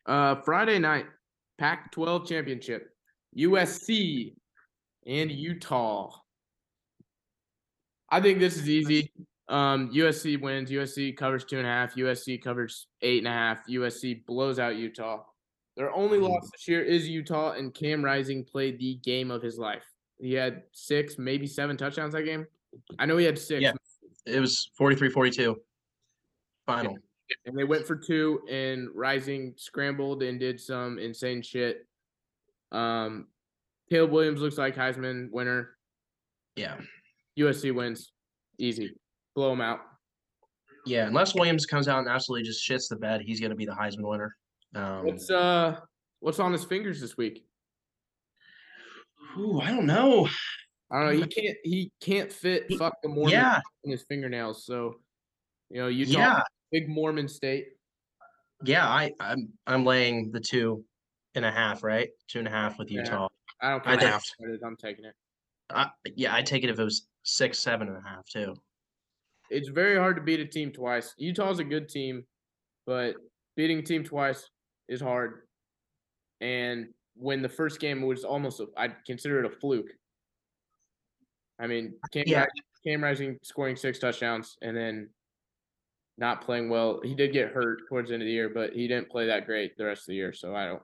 S2: Uh, Friday night, Pac 12 championship, USC and Utah. I think this is easy. Um, USC wins. USC covers two and a half. USC covers eight and a half. USC blows out Utah. Their only loss this year is Utah, and Cam Rising played the game of his life. He had six, maybe seven touchdowns that game. I know he had six,
S4: Yeah. It was 43-42. Final.
S2: and they went for two and rising scrambled and did some insane shit um caleb williams looks like heisman winner
S4: Yeah.
S2: usc wins easy blow them out
S4: Yeah. Unless Williams comes out and absolutely just shits the bed, he's gonna be the Heisman winner. Um,
S2: what's uh what's on his fingers this week
S4: Ooh, I don't know.
S2: i don't know he can't he can't fit
S4: He-
S2: fuck the mormon
S4: yeah,
S2: in his fingernails so you know utah
S4: yeah,
S2: big mormon state
S4: yeah. I, I'm I'm laying the two and a half, right? Two and a half with
S2: Yeah.
S4: Utah.
S2: i don't
S4: I
S2: care
S4: doubt-
S2: what it is, i'm taking it
S4: I, yeah, I'd take it if it was six, seven and a half too.
S2: it's very hard to beat a team twice utah's a good team but beating a team twice is hard. And when the first game was almost, a, I'd consider it a fluke. I mean, Cam,
S4: Yeah.
S2: Ri- Cam Rising scoring six touchdowns and then not playing well. He did get hurt towards the end of the year, but he didn't play that great the rest of the year. So I don't.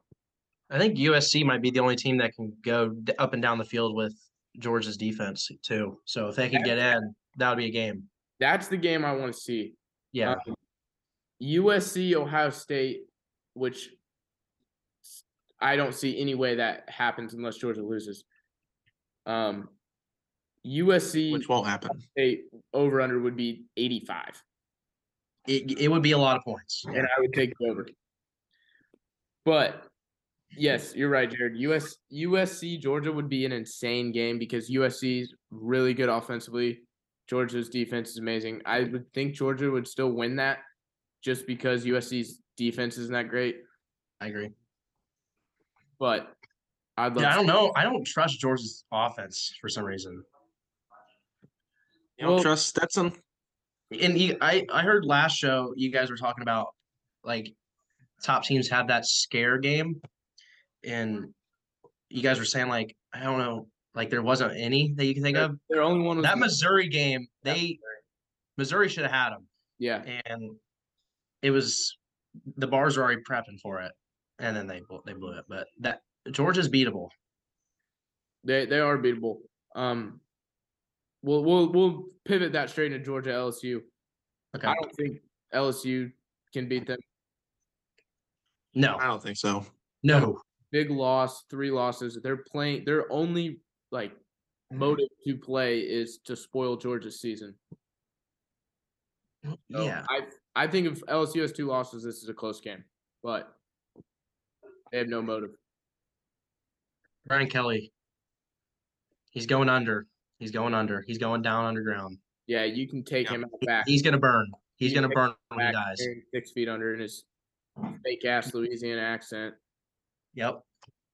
S4: I think USC might be the only team that can go d- up and down the field with Georgia's defense too. So if they can get in, that would be a game.
S2: That's the game I want to see.
S4: Yeah,
S2: Um, USC Ohio State, which s- I don't see any way that happens unless Georgia loses. Um, USC
S3: Which won't happen.
S2: State over under would be 85,
S4: it, it would be a lot of points.
S2: and I would take the over. But yes, you're right, Jared. US USC Georgia would be an insane game because USC is really good offensively. Georgia's defense is amazing. I would think Georgia would still win that just because USC's defense isn't that great.
S4: I agree.
S2: But I'd love
S4: Yeah, I
S2: to.
S4: don't know. I don't trust George's offense for some reason.
S3: You don't
S2: Well,
S3: trust Stetson?
S4: And you, I, I heard last show you guys were talking about like top teams have that scare game, and you guys were saying like I don't know, like there wasn't any that you can think
S2: their-
S4: of.
S2: their only one was
S4: That Missouri game, they Missouri should have had them.
S2: yeah.
S4: and it was the bars were already prepping for it, and then they bl- they blew it. But that Georgia's beatable.
S2: They they are beatable. Um, we'll we'll we'll pivot that straight into Georgia LSU.
S4: Okay,
S2: I don't think LSU can beat them.
S4: no,
S3: I don't think so.
S4: no,
S2: Big loss, three losses. They're playing. Their only like
S4: Mm-hmm.
S2: motive to play is to spoil Georgia's season. So
S4: yeah,
S2: I I think if LSU has two losses, this is a close game, but they have no motive.
S4: Brian Kelly. He's going under. He's going under. He's going down underground.
S2: Yeah, you can take
S4: Yeah.
S2: him out back.
S4: He's gonna burn. He's
S2: He
S4: gonna
S2: takes
S4: burn when he
S2: back
S4: dies.
S2: there, six feet under in his fake ass Louisiana accent.
S4: Yep.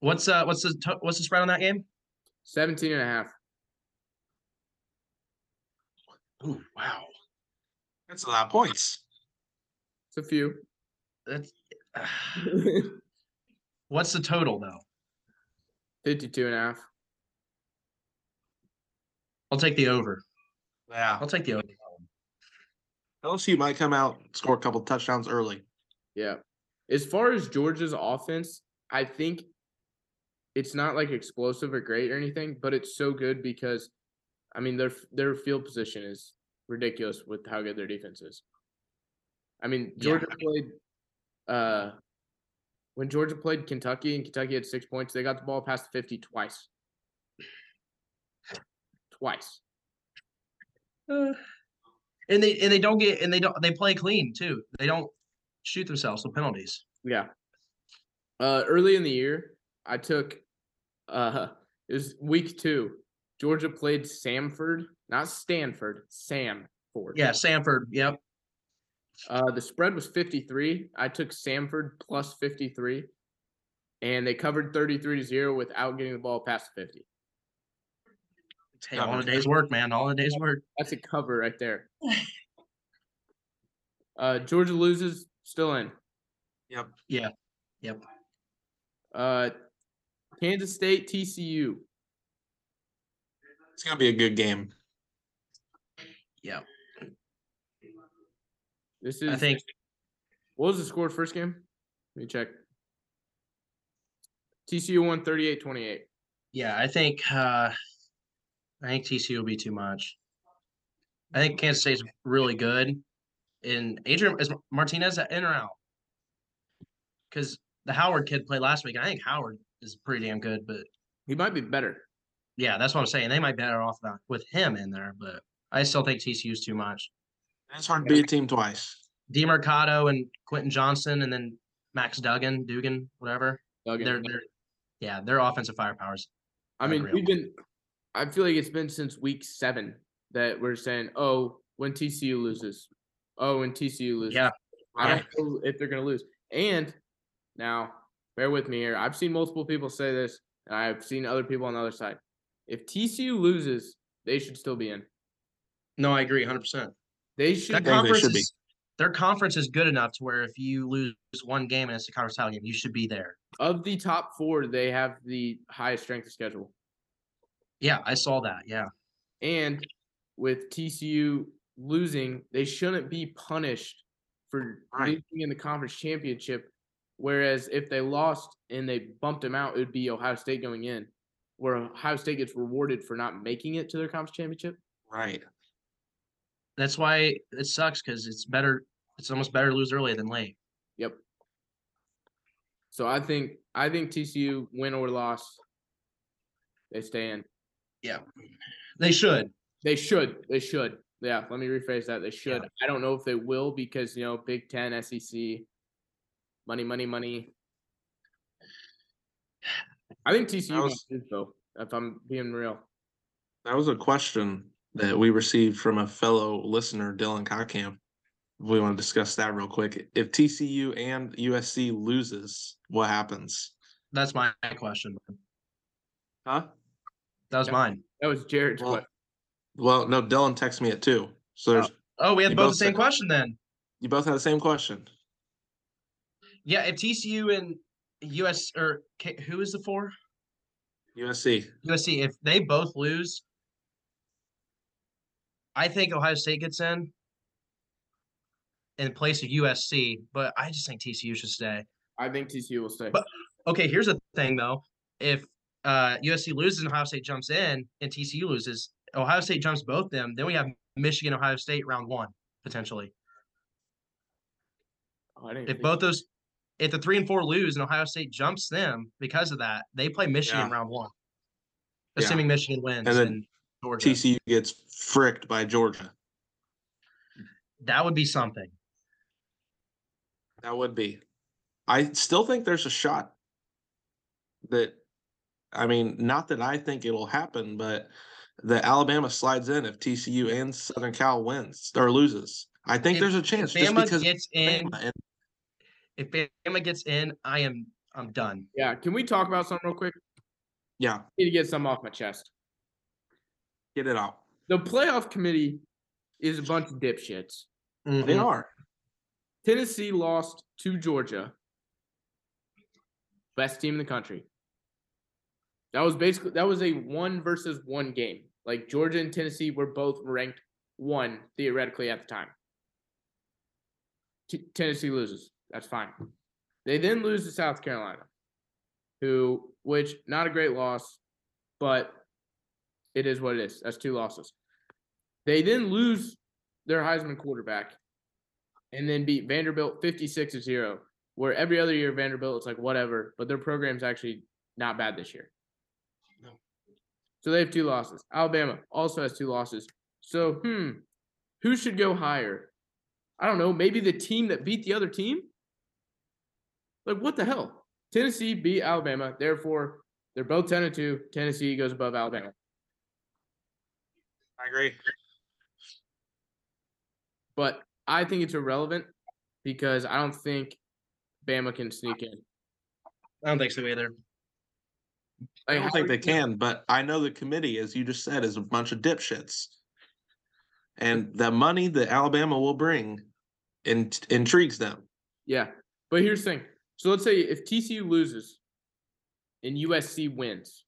S4: What's uh what's the to- what's the spread on that game?
S2: 17 and a half.
S4: Ooh, wow.
S3: That's a lot of points.
S2: It's a few.
S4: That's what's the total though?
S2: 52 and a half.
S4: I'll take the over.
S3: Yeah.
S4: I'll take the over.
S3: LSU might come out, score a couple touchdowns early.
S2: Yeah. As far as Georgia's offense, I think it's not like explosive or great or anything, but it's so good because I mean their their field position is ridiculous with how good their defense is. I mean,
S4: Yeah.
S2: Georgia played uh when Georgia played Kentucky and Kentucky had 6 points, they got the ball past the 50 twice. Twice.
S4: Uh, and they and they don't get and they don't they play clean too. They don't shoot themselves with penalties.
S2: Yeah. Uh, early in the year, I took uh it was week two. Georgia played Samford, not Stanford, Samford.
S4: Yeah, Sanford. Yep.
S2: Uh, the spread was 53. I took Samford plus 53, and they covered 33 to zero without getting the ball past 50.
S4: Hey, all in a day's work, man. All in a day's work.
S2: That's a cover right there. uh, Georgia loses, still in.
S3: Yep.
S4: Yeah. Yep.
S2: Uh, Kansas State, TCU.
S3: It's gonna be a good game.
S4: Yep.
S2: This is
S4: I think
S2: What was the score first game? Let me check. TCU won 38 28.
S4: Yeah, I think uh I think TCU will be too much. I think Kansas State's really good. And Adrian is Martinez in or out? Because the Howard kid played last week, and I think Howard is pretty damn good. But
S2: He might be better.
S4: yeah, that's what I'm saying. They might be better off that with him in there, but I still think TCU's too much.
S3: It's hard to beat a team twice.
S4: Demarcado and Quentin Johnson, and then Max Duggan, Dugan, whatever.
S2: Duggan.
S4: They're, they're yeah, their offensive firepower's
S2: I mean,
S4: unreal.
S2: we've been, I feel like it's been since week seven that we're saying, oh, when TCU loses, oh, when TCU loses.
S4: Yeah,
S2: I don't know if they're going to lose. And now, bear with me here. I've seen multiple people say this, and I've seen other people on the other side. If TCU loses, they should still be in.
S4: No, I agree 100. percent
S2: They
S4: That
S2: should.
S3: Yeah, they
S4: conference
S3: should be.
S4: is, their conference is good enough to where if you lose one game and it's a conference title game, you should be there.
S2: Of the top four, they have the highest strength of schedule.
S4: Yeah, I saw that. Yeah.
S2: And with TCU losing, they shouldn't be punished for
S3: Right.
S2: losing in the conference championship. Whereas if they lost and they bumped them out, it would be Ohio State going in, where Ohio State gets rewarded for not making it to their conference championship.
S3: Right.
S4: That's why it sucks because it's better it's almost better to lose early than late.
S2: Yep. So I think I think TCU win or loss, they stay in.
S4: They should.
S2: They should. They should. Yeah, let me rephrase that. They should. I don't know if they will because you know Big Ten, SEC, money, money, money. I think TCU
S3: That
S2: might
S3: was-
S2: lose, though. If I'm being real,
S3: That was a question that we received from a fellow listener, Dylan Cockham. We want to discuss that real quick. If TCU and USC loses, what happens?
S4: That's my question.
S3: Huh?
S4: That was
S2: Yeah.
S4: mine.
S2: That was Jared's
S3: Well,
S2: question.
S3: Well, no, Dylan texted me at two. So there's
S4: Oh, we had
S3: You
S4: both
S3: both
S4: the same
S3: said-
S4: question then.
S3: you both had the same question.
S4: Yeah, if TCU and US or K, who is the four?
S3: USC.
S4: USC, if they both lose, I think Ohio State gets in in place of USC, but I just think TCU should stay.
S2: I think TCU will stay.
S4: But- Okay, here's the thing though. If uh, USC loses and Ohio State jumps in and TCU loses, Ohio State jumps both them, then we have Michigan, Ohio State round one potentially.
S2: Oh, I didn't
S4: If
S2: think-
S4: both those, if the three and four lose and Ohio State jumps them because of that, they play Michigan round one,
S3: Yeah.
S4: assuming Michigan
S3: And
S4: wins. And
S3: then
S4: Georgia.
S3: TCU gets fricked by Georgia.
S4: that would be something.
S3: That would be. I still think there's a shot that, I mean, not that I think it'll happen, but that Alabama slides in if TCU and Southern Cal wins or loses. I think
S4: If-
S3: there's a chance just
S4: Bama
S3: because
S4: gets in.
S3: Alabama and
S4: If Bama gets in, I am I'm done.
S2: yeah, can we talk about something real quick?
S3: yeah,
S2: need to get some off my chest.
S3: get it out.
S2: The playoff committee is a bunch of dipshits.
S4: Mm-hmm.
S3: They are.
S2: Tennessee lost to Georgia, best team in the country. That was basically that was a one versus one game. Like Georgia and Tennessee were both ranked one theoretically at the time. T- Tennessee loses. That's fine. They then lose to South Carolina, who which not a great loss, but it is what it is. That's two losses. They then lose their Heisman quarterback and then beat Vanderbilt 56 to 0, where every other year Vanderbilt it's like whatever, but their program's actually not bad this year.
S4: No.
S2: So they have two losses. Alabama also has two losses. So, hmm, who should go higher? I don't know. Maybe the team that beat the other team? Like, what the hell? Tennessee beat Alabama. Therefore, they're both 10 and 2. Tennessee goes above Alabama.
S3: I agree.
S2: But I think it's irrelevant because I don't think Bama can sneak in.
S4: I don't think so either.
S3: I
S2: Like,
S3: don't
S2: how
S3: think
S2: are
S3: they
S2: you gonna-
S3: can, but I know the committee, as you just said, is a bunch of dipshits. And the money that Alabama will bring in, intrigues them.
S2: Yeah. But here's the thing. So let's say if TCU loses and USC wins,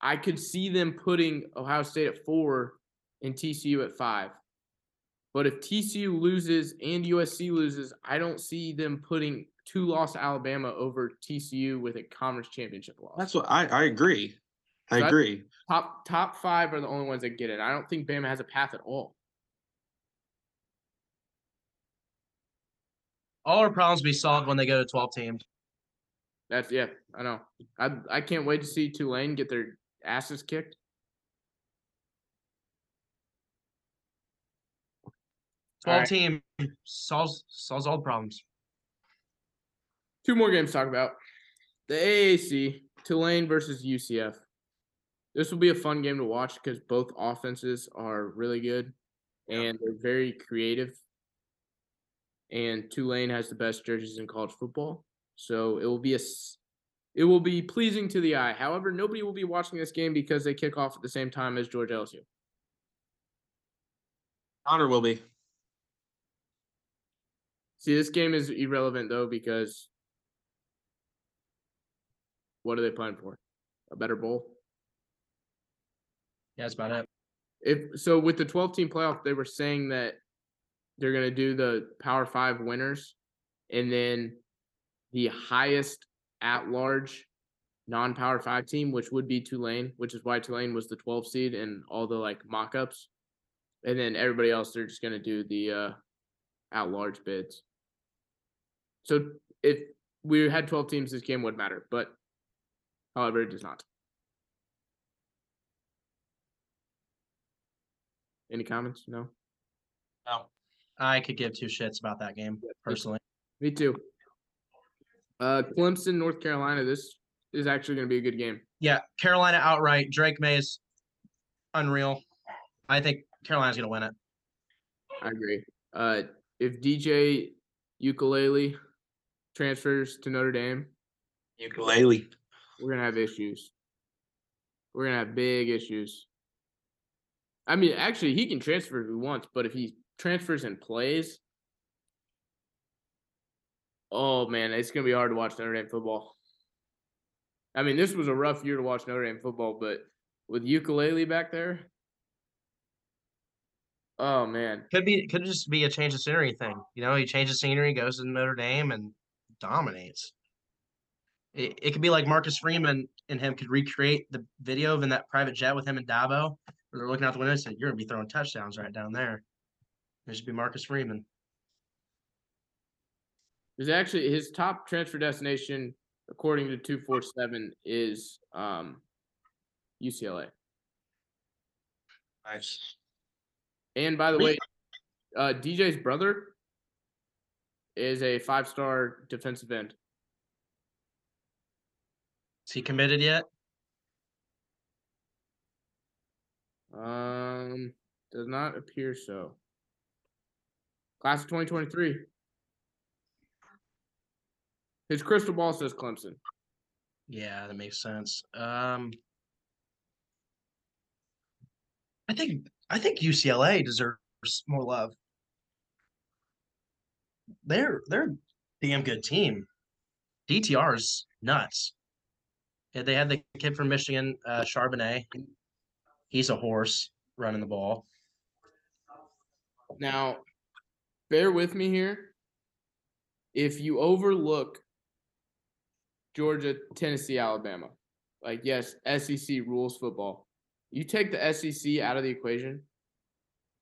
S2: I could see them putting Ohio State at four and TCU at five. But if TCU loses and USC loses, I don't see them putting two loss Alabama over TCU with a conference championship loss.
S3: That's what I, I agree. I
S2: So I-
S3: agree.
S2: top top five are the only ones that get it. I don't think Bama has a path at all.
S4: All our problems be solved when they go to twelve teams.
S2: That's yeah, I know. I I can't wait to see Tulane get their asses kicked. All
S4: Twelve
S2: right.
S4: team solves solves all the problems.
S2: Two more games to talk about. The AAC, Tulane versus UCF. This will be a fun game to watch because both offenses are really good and they're very creative. And Tulane has the best jerseys in college football. So it will be a s- it will be pleasing to the eye. However, nobody will be watching this game because they kick off at the same time as George LSU.
S3: Connor will be.
S2: See, this game is irrelevant though because what are they playing for? A better bowl?
S4: Yeah, that's about it.
S2: if so with the 12 team playoff they were saying that they're going to do the power five winners and then the highest at large non power five team which would be tulane which is why tulane was the 12 seed and all the like mock-ups and then everybody else they're just going to do the uh at large bids so if we had 12 teams this game would matter but however it does not any comments no
S4: I could give two shits about that game personally.
S2: Me too. Uh, Clemson, North Carolina. This is actually going to be a good game.
S4: Yeah, Carolina outright. Drake May is unreal. I think Carolina's gonna win it.
S2: I agree. Uh, if DJ Ukulele transfers to Notre Dame,
S3: Ukulele.
S2: we're gonna have issues. we're gonna have big issues. I mean, actually, he can transfer if he wants, but if he transfers and plays, oh man, it's gonna be hard to watch Notre Dame football. I mean, this was a rough year to watch Notre Dame football, but with ukulele back there, oh man,
S4: Could be could just be a change of scenery thing. You know, he changes scenery, goes to Notre Dame, and dominates. It, it could be like Marcus Freeman and him could recreate the video of in that private jet with him and Dabo, where they're looking out the window and saying, "You're gonna be throwing touchdowns right down there." It should be Marcus Freeman.
S2: There's actually his top transfer destination, according to two four seven, is um, UCLA.
S3: Nice.
S2: And by the
S3: Really?
S2: way, uh, DJ's brother is a five star defensive end.
S4: Is he committed yet?
S2: Um, does not appear so. Class of 2023. His crystal ball says Clemson.
S4: Yeah, that makes sense. Um, I think I think UCLA deserves more love. They're they're a damn good team. DTR is nuts. Yeah, they had the kid from Michigan, uh, Charbonnet. He's a horse running the ball.
S2: Now, bear with me here. If you overlook Georgia, Tennessee, Alabama, like, yes, SEC rules football. You take the SEC out of the equation,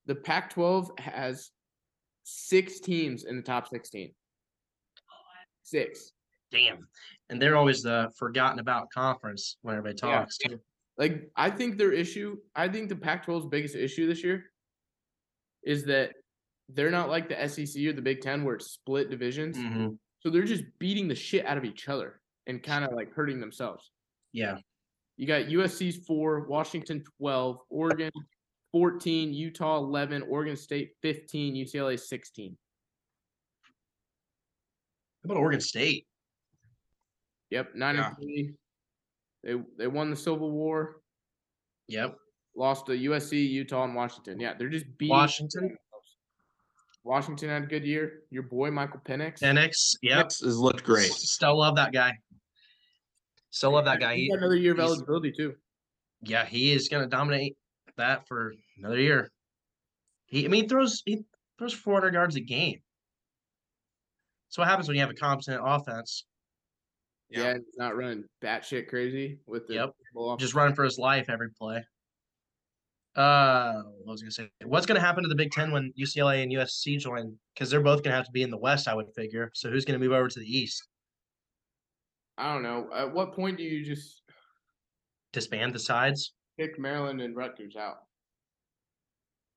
S2: the Pac 12 has six teams in the top 16. Six.
S4: Damn, and they're always the forgotten about conference when everybody
S2: Yeah.
S4: talks. too.
S2: Like I think their issue, I think the Pac-12's biggest issue this year is that they're not like the SEC or the Big Ten where it's split divisions.
S4: Mhm.
S2: So they're just beating the shit out of each other and kind of like hurting themselves.
S4: Yeah,
S2: You got USC's four, Washington twelve, Oregon fourteen, Utah eleven, Oregon State fifteen, UCLA sixteen.
S4: how about Oregon State?
S2: Yep, nine
S3: Yeah.
S2: and three. They they won the Civil War,
S4: Yep,
S2: lost to USC, Utah, and Washington. Yeah, they're just beating
S4: Washington.
S2: Washington had a good year. Your boy Michael Penix.
S4: Penix. Yep.
S3: This has looked great.
S4: S- Still love that guy. Still love that guy.
S2: He
S4: He,
S2: got another year of
S4: he's-
S2: eligibility too.
S4: yeah, he is gonna dominate that for another year. He, I mean, he throws he throws 400 yards a game. So what happens when you have a competent offense?
S3: Yeah.
S2: Yeah, he's not running batshit crazy with the
S4: Yep.
S2: ball.
S4: Just running for his life every play. Uh, what was I gonna say? What's gonna happen to the Big Ten when UCLA and USC join? Because they're both gonna have to be in the West, I would figure. So who's gonna move over to the East?
S2: I don't know. At what point do you just
S4: Disband the sides.
S2: kick Maryland and Rutgers out?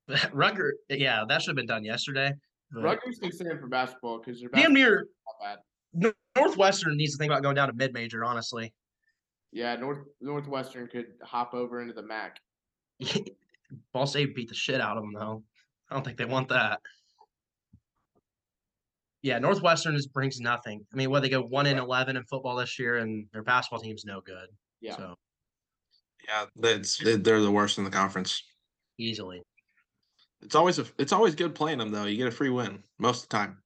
S4: Rutger, yeah, that should have been done yesterday. but-
S2: Rutgers can stand for basketball because they're
S4: damn
S2: basketball
S4: near
S2: bad.
S4: Northwestern needs to think about going down to mid major, honestly.
S2: Yeah, North Northwestern could hop over into the MAC.
S4: Ball State beat the shit out of them, though. I don't think they want that. Yeah, Northwestern just brings nothing. I mean, what they go one in eleven in football this year, and their basketball team's no good.
S2: Yeah.
S4: So
S3: Yeah, that's they're the worst in the conference.
S4: easily,
S3: It's always a it's always good playing them though. You get a free win most of the time.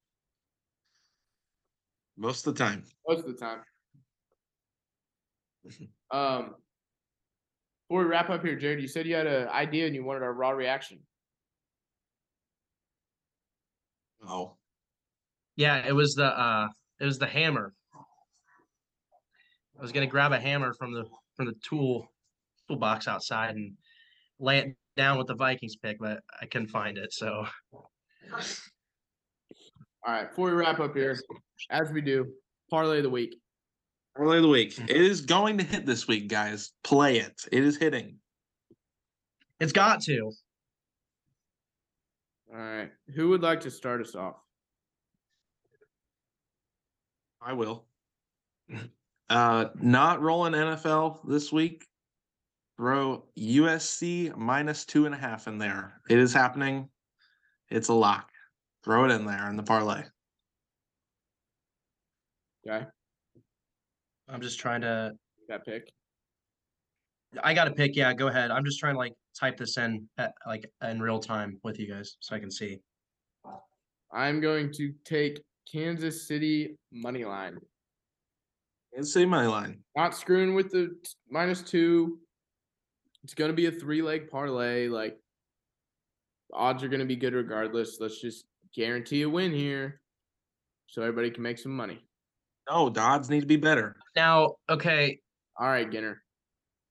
S3: Most of the time.
S2: Most of the time. Um before we wrap up here, Jared, you said you had an idea and you wanted our raw reaction.
S3: Oh,
S4: yeah. It was the uh, it was the hammer. I was gonna grab a hammer from the from the tool toolbox outside and lay it down with the Vikings pick, but I couldn't find it. So
S2: All right, before we wrap up here, as we do, parlay of the week.
S3: early of the week.
S4: Mhm.
S3: It is going to hit this week, guys. Play it. It is hitting.
S4: it's got to.
S2: All right. Who would like to start us off?
S3: I will. Uh, not rolling NFL this week. Throw USC minus two and a half in there. It is happening. It's a lock. Throw it in there in the parlay.
S2: Okay.
S4: I'm just trying to
S2: That pick.
S4: I got to pick. Yeah, go ahead. I'm just trying to like type this in at, like in real time with you guys so I can see.
S2: I'm going to take Kansas City money line.
S3: Kansas City money line.
S2: Not screwing with the t- minus two. It's going to be a three leg parlay. Like, odds are going to be good regardless. Let's just guarantee a win here so everybody can make some money.
S3: No, the odds need to be better.
S4: Now, okay,
S2: All right, Ginner.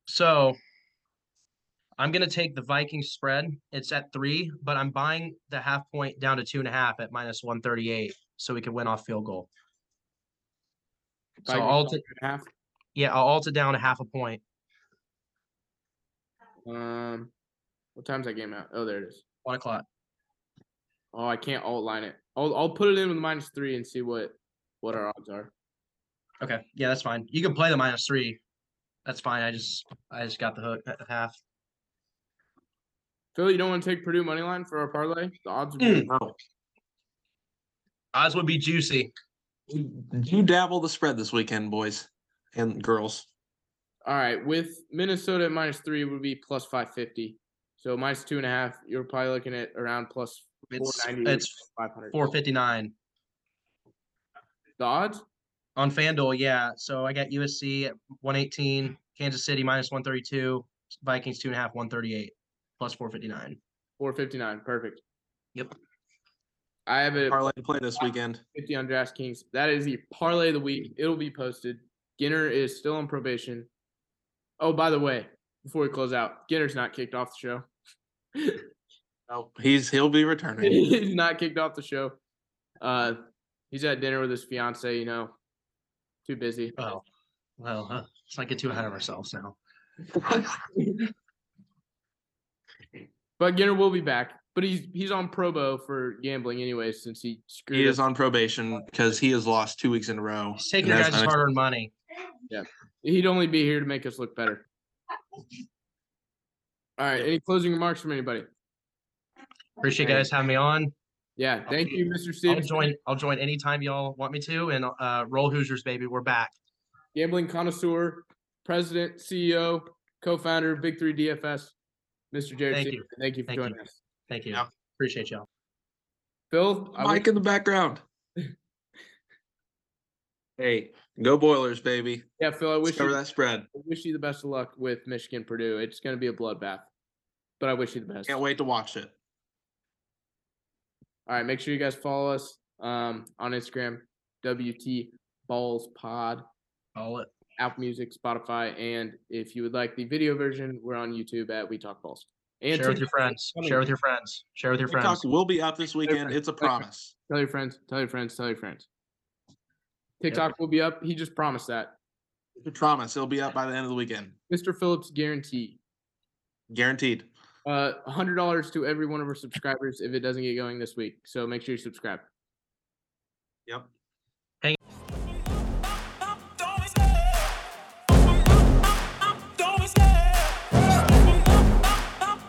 S4: so I'm gonna take the Vikings spread. It's at three, but I'm buying the half point down to two and a half at minus one thirty eight, so we can win off field goal. So
S2: Vikings
S4: I'll
S2: plus
S4: take
S2: two and a half.
S4: yeah, I'll alter down a half a point.
S2: Um, what time's that game out? Oh, there it is.
S4: One o'clock.
S2: Oh, I can't alt line it. I'll I'll put it in with minus three and see what what our odds are.
S4: Okay, yeah, that's fine. You can play the minus three. That's fine. I just I just got the hook at half.
S2: Phil, you don't want to take Purdue money line for our parlay? The odds. would
S4: Mm.
S2: Be,
S3: No.
S4: Odds would be juicy.
S3: You you dabble the spread this weekend, boys and girls.
S2: all right, with Minnesota at minus three would be plus five fifty. So minus two and a half, you're probably looking at around plus
S4: It's
S2: 498,
S4: it's
S2: five hundred.
S4: four fifty nine
S2: The odds?
S4: on FanDuel. Yeah, so I got USC at one eighteen, Kansas City minus one thirty two, Vikings two and a half, one thirty eight, plus four fifty nine.
S2: Four fifty nine. Perfect.
S4: Yep.
S2: I have it at
S3: Parlay to play this weekend.
S2: 50 on DraftKings. That is the parlay of the week. It'll be posted. Ginner is still on probation. Oh, by the way, before we close out, Ginner's not kicked off the show.
S3: No, he's he'll be returning.
S2: he's not kicked off the show. Uh, he's at dinner with his fiance. You know, too busy.
S4: Oh, well, huh, let's not get too ahead of ourselves now.
S2: But Ginner will be back. But he's he's on probo for gambling anyway, since he screwed.
S3: He
S2: up.
S3: is on probation because he has lost two weeks in a row.
S4: He's taking
S3: and
S4: your
S3: that's
S4: guys'
S3: not-
S4: hard earned money.
S2: He'd only be here to make us look better. All right. Any closing remarks from anybody?
S4: Appreciate you guys having me on.
S2: Yeah. Thank you, Mr.
S4: I'll
S2: Stevens.
S4: join. I'll join anytime y'all want me to. And uh, roll Hoosiers, baby. We're back.
S2: gambling connoisseur, president, CEO, co-founder, Big Three DFS, Mr. Jared.
S4: Thank
S2: Seaman.
S4: you.
S2: Thank you for
S4: Thank you.
S2: joining us,
S4: Thank you.
S3: Yeah.
S4: Appreciate y'all.
S2: Phil. I wish,
S3: Mike in the background. hey, go Boilers, baby.
S2: yeah, Phil. I
S3: Let's
S2: wish
S3: cover
S2: you, I
S3: that spread.
S2: wish you the best of luck with Michigan Purdue. It's going to be a bloodbath, but I wish you the best.
S3: Can't wait to watch it.
S2: All right, make sure you guys follow us um, on Instagram, WT Balls Pod,
S4: Call it.
S2: Apple Music, Spotify, and if you would like the video version, we're on YouTube at We Talk Balls. And
S4: Share with your
S2: TikTok.
S4: friends. Share with your friends. Share with your friends.
S3: TikTok will be up this weekend. It's a promise.
S2: Tell your friends. Tell your friends. Tell your friends. TikTok will be up. He just promised that.
S3: It's a promise. It'll be up by the end of the weekend.
S2: Mr. Phillips guarantee
S3: Guaranteed.
S2: uh hundred dollars to every one of our subscribers if it doesn't get going this week. So make sure you subscribe.
S3: Yep.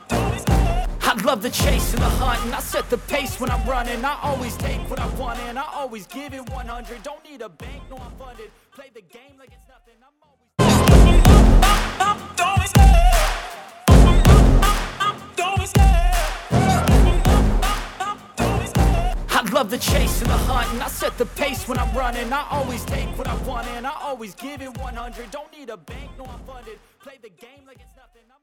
S1: I love the chase and the hunt, and I set the pace when I'm running. I always take what I want, and I always give it 100. Don't need a bank, no, I'm funded. Play the game like it's nothing. I'm always. I love the chase and the hunt, and I set the pace when I'm running. I always take what I want, and I always give it 100. Don't need a bank, no, I'm funded. Play the game like it's nothing. I'm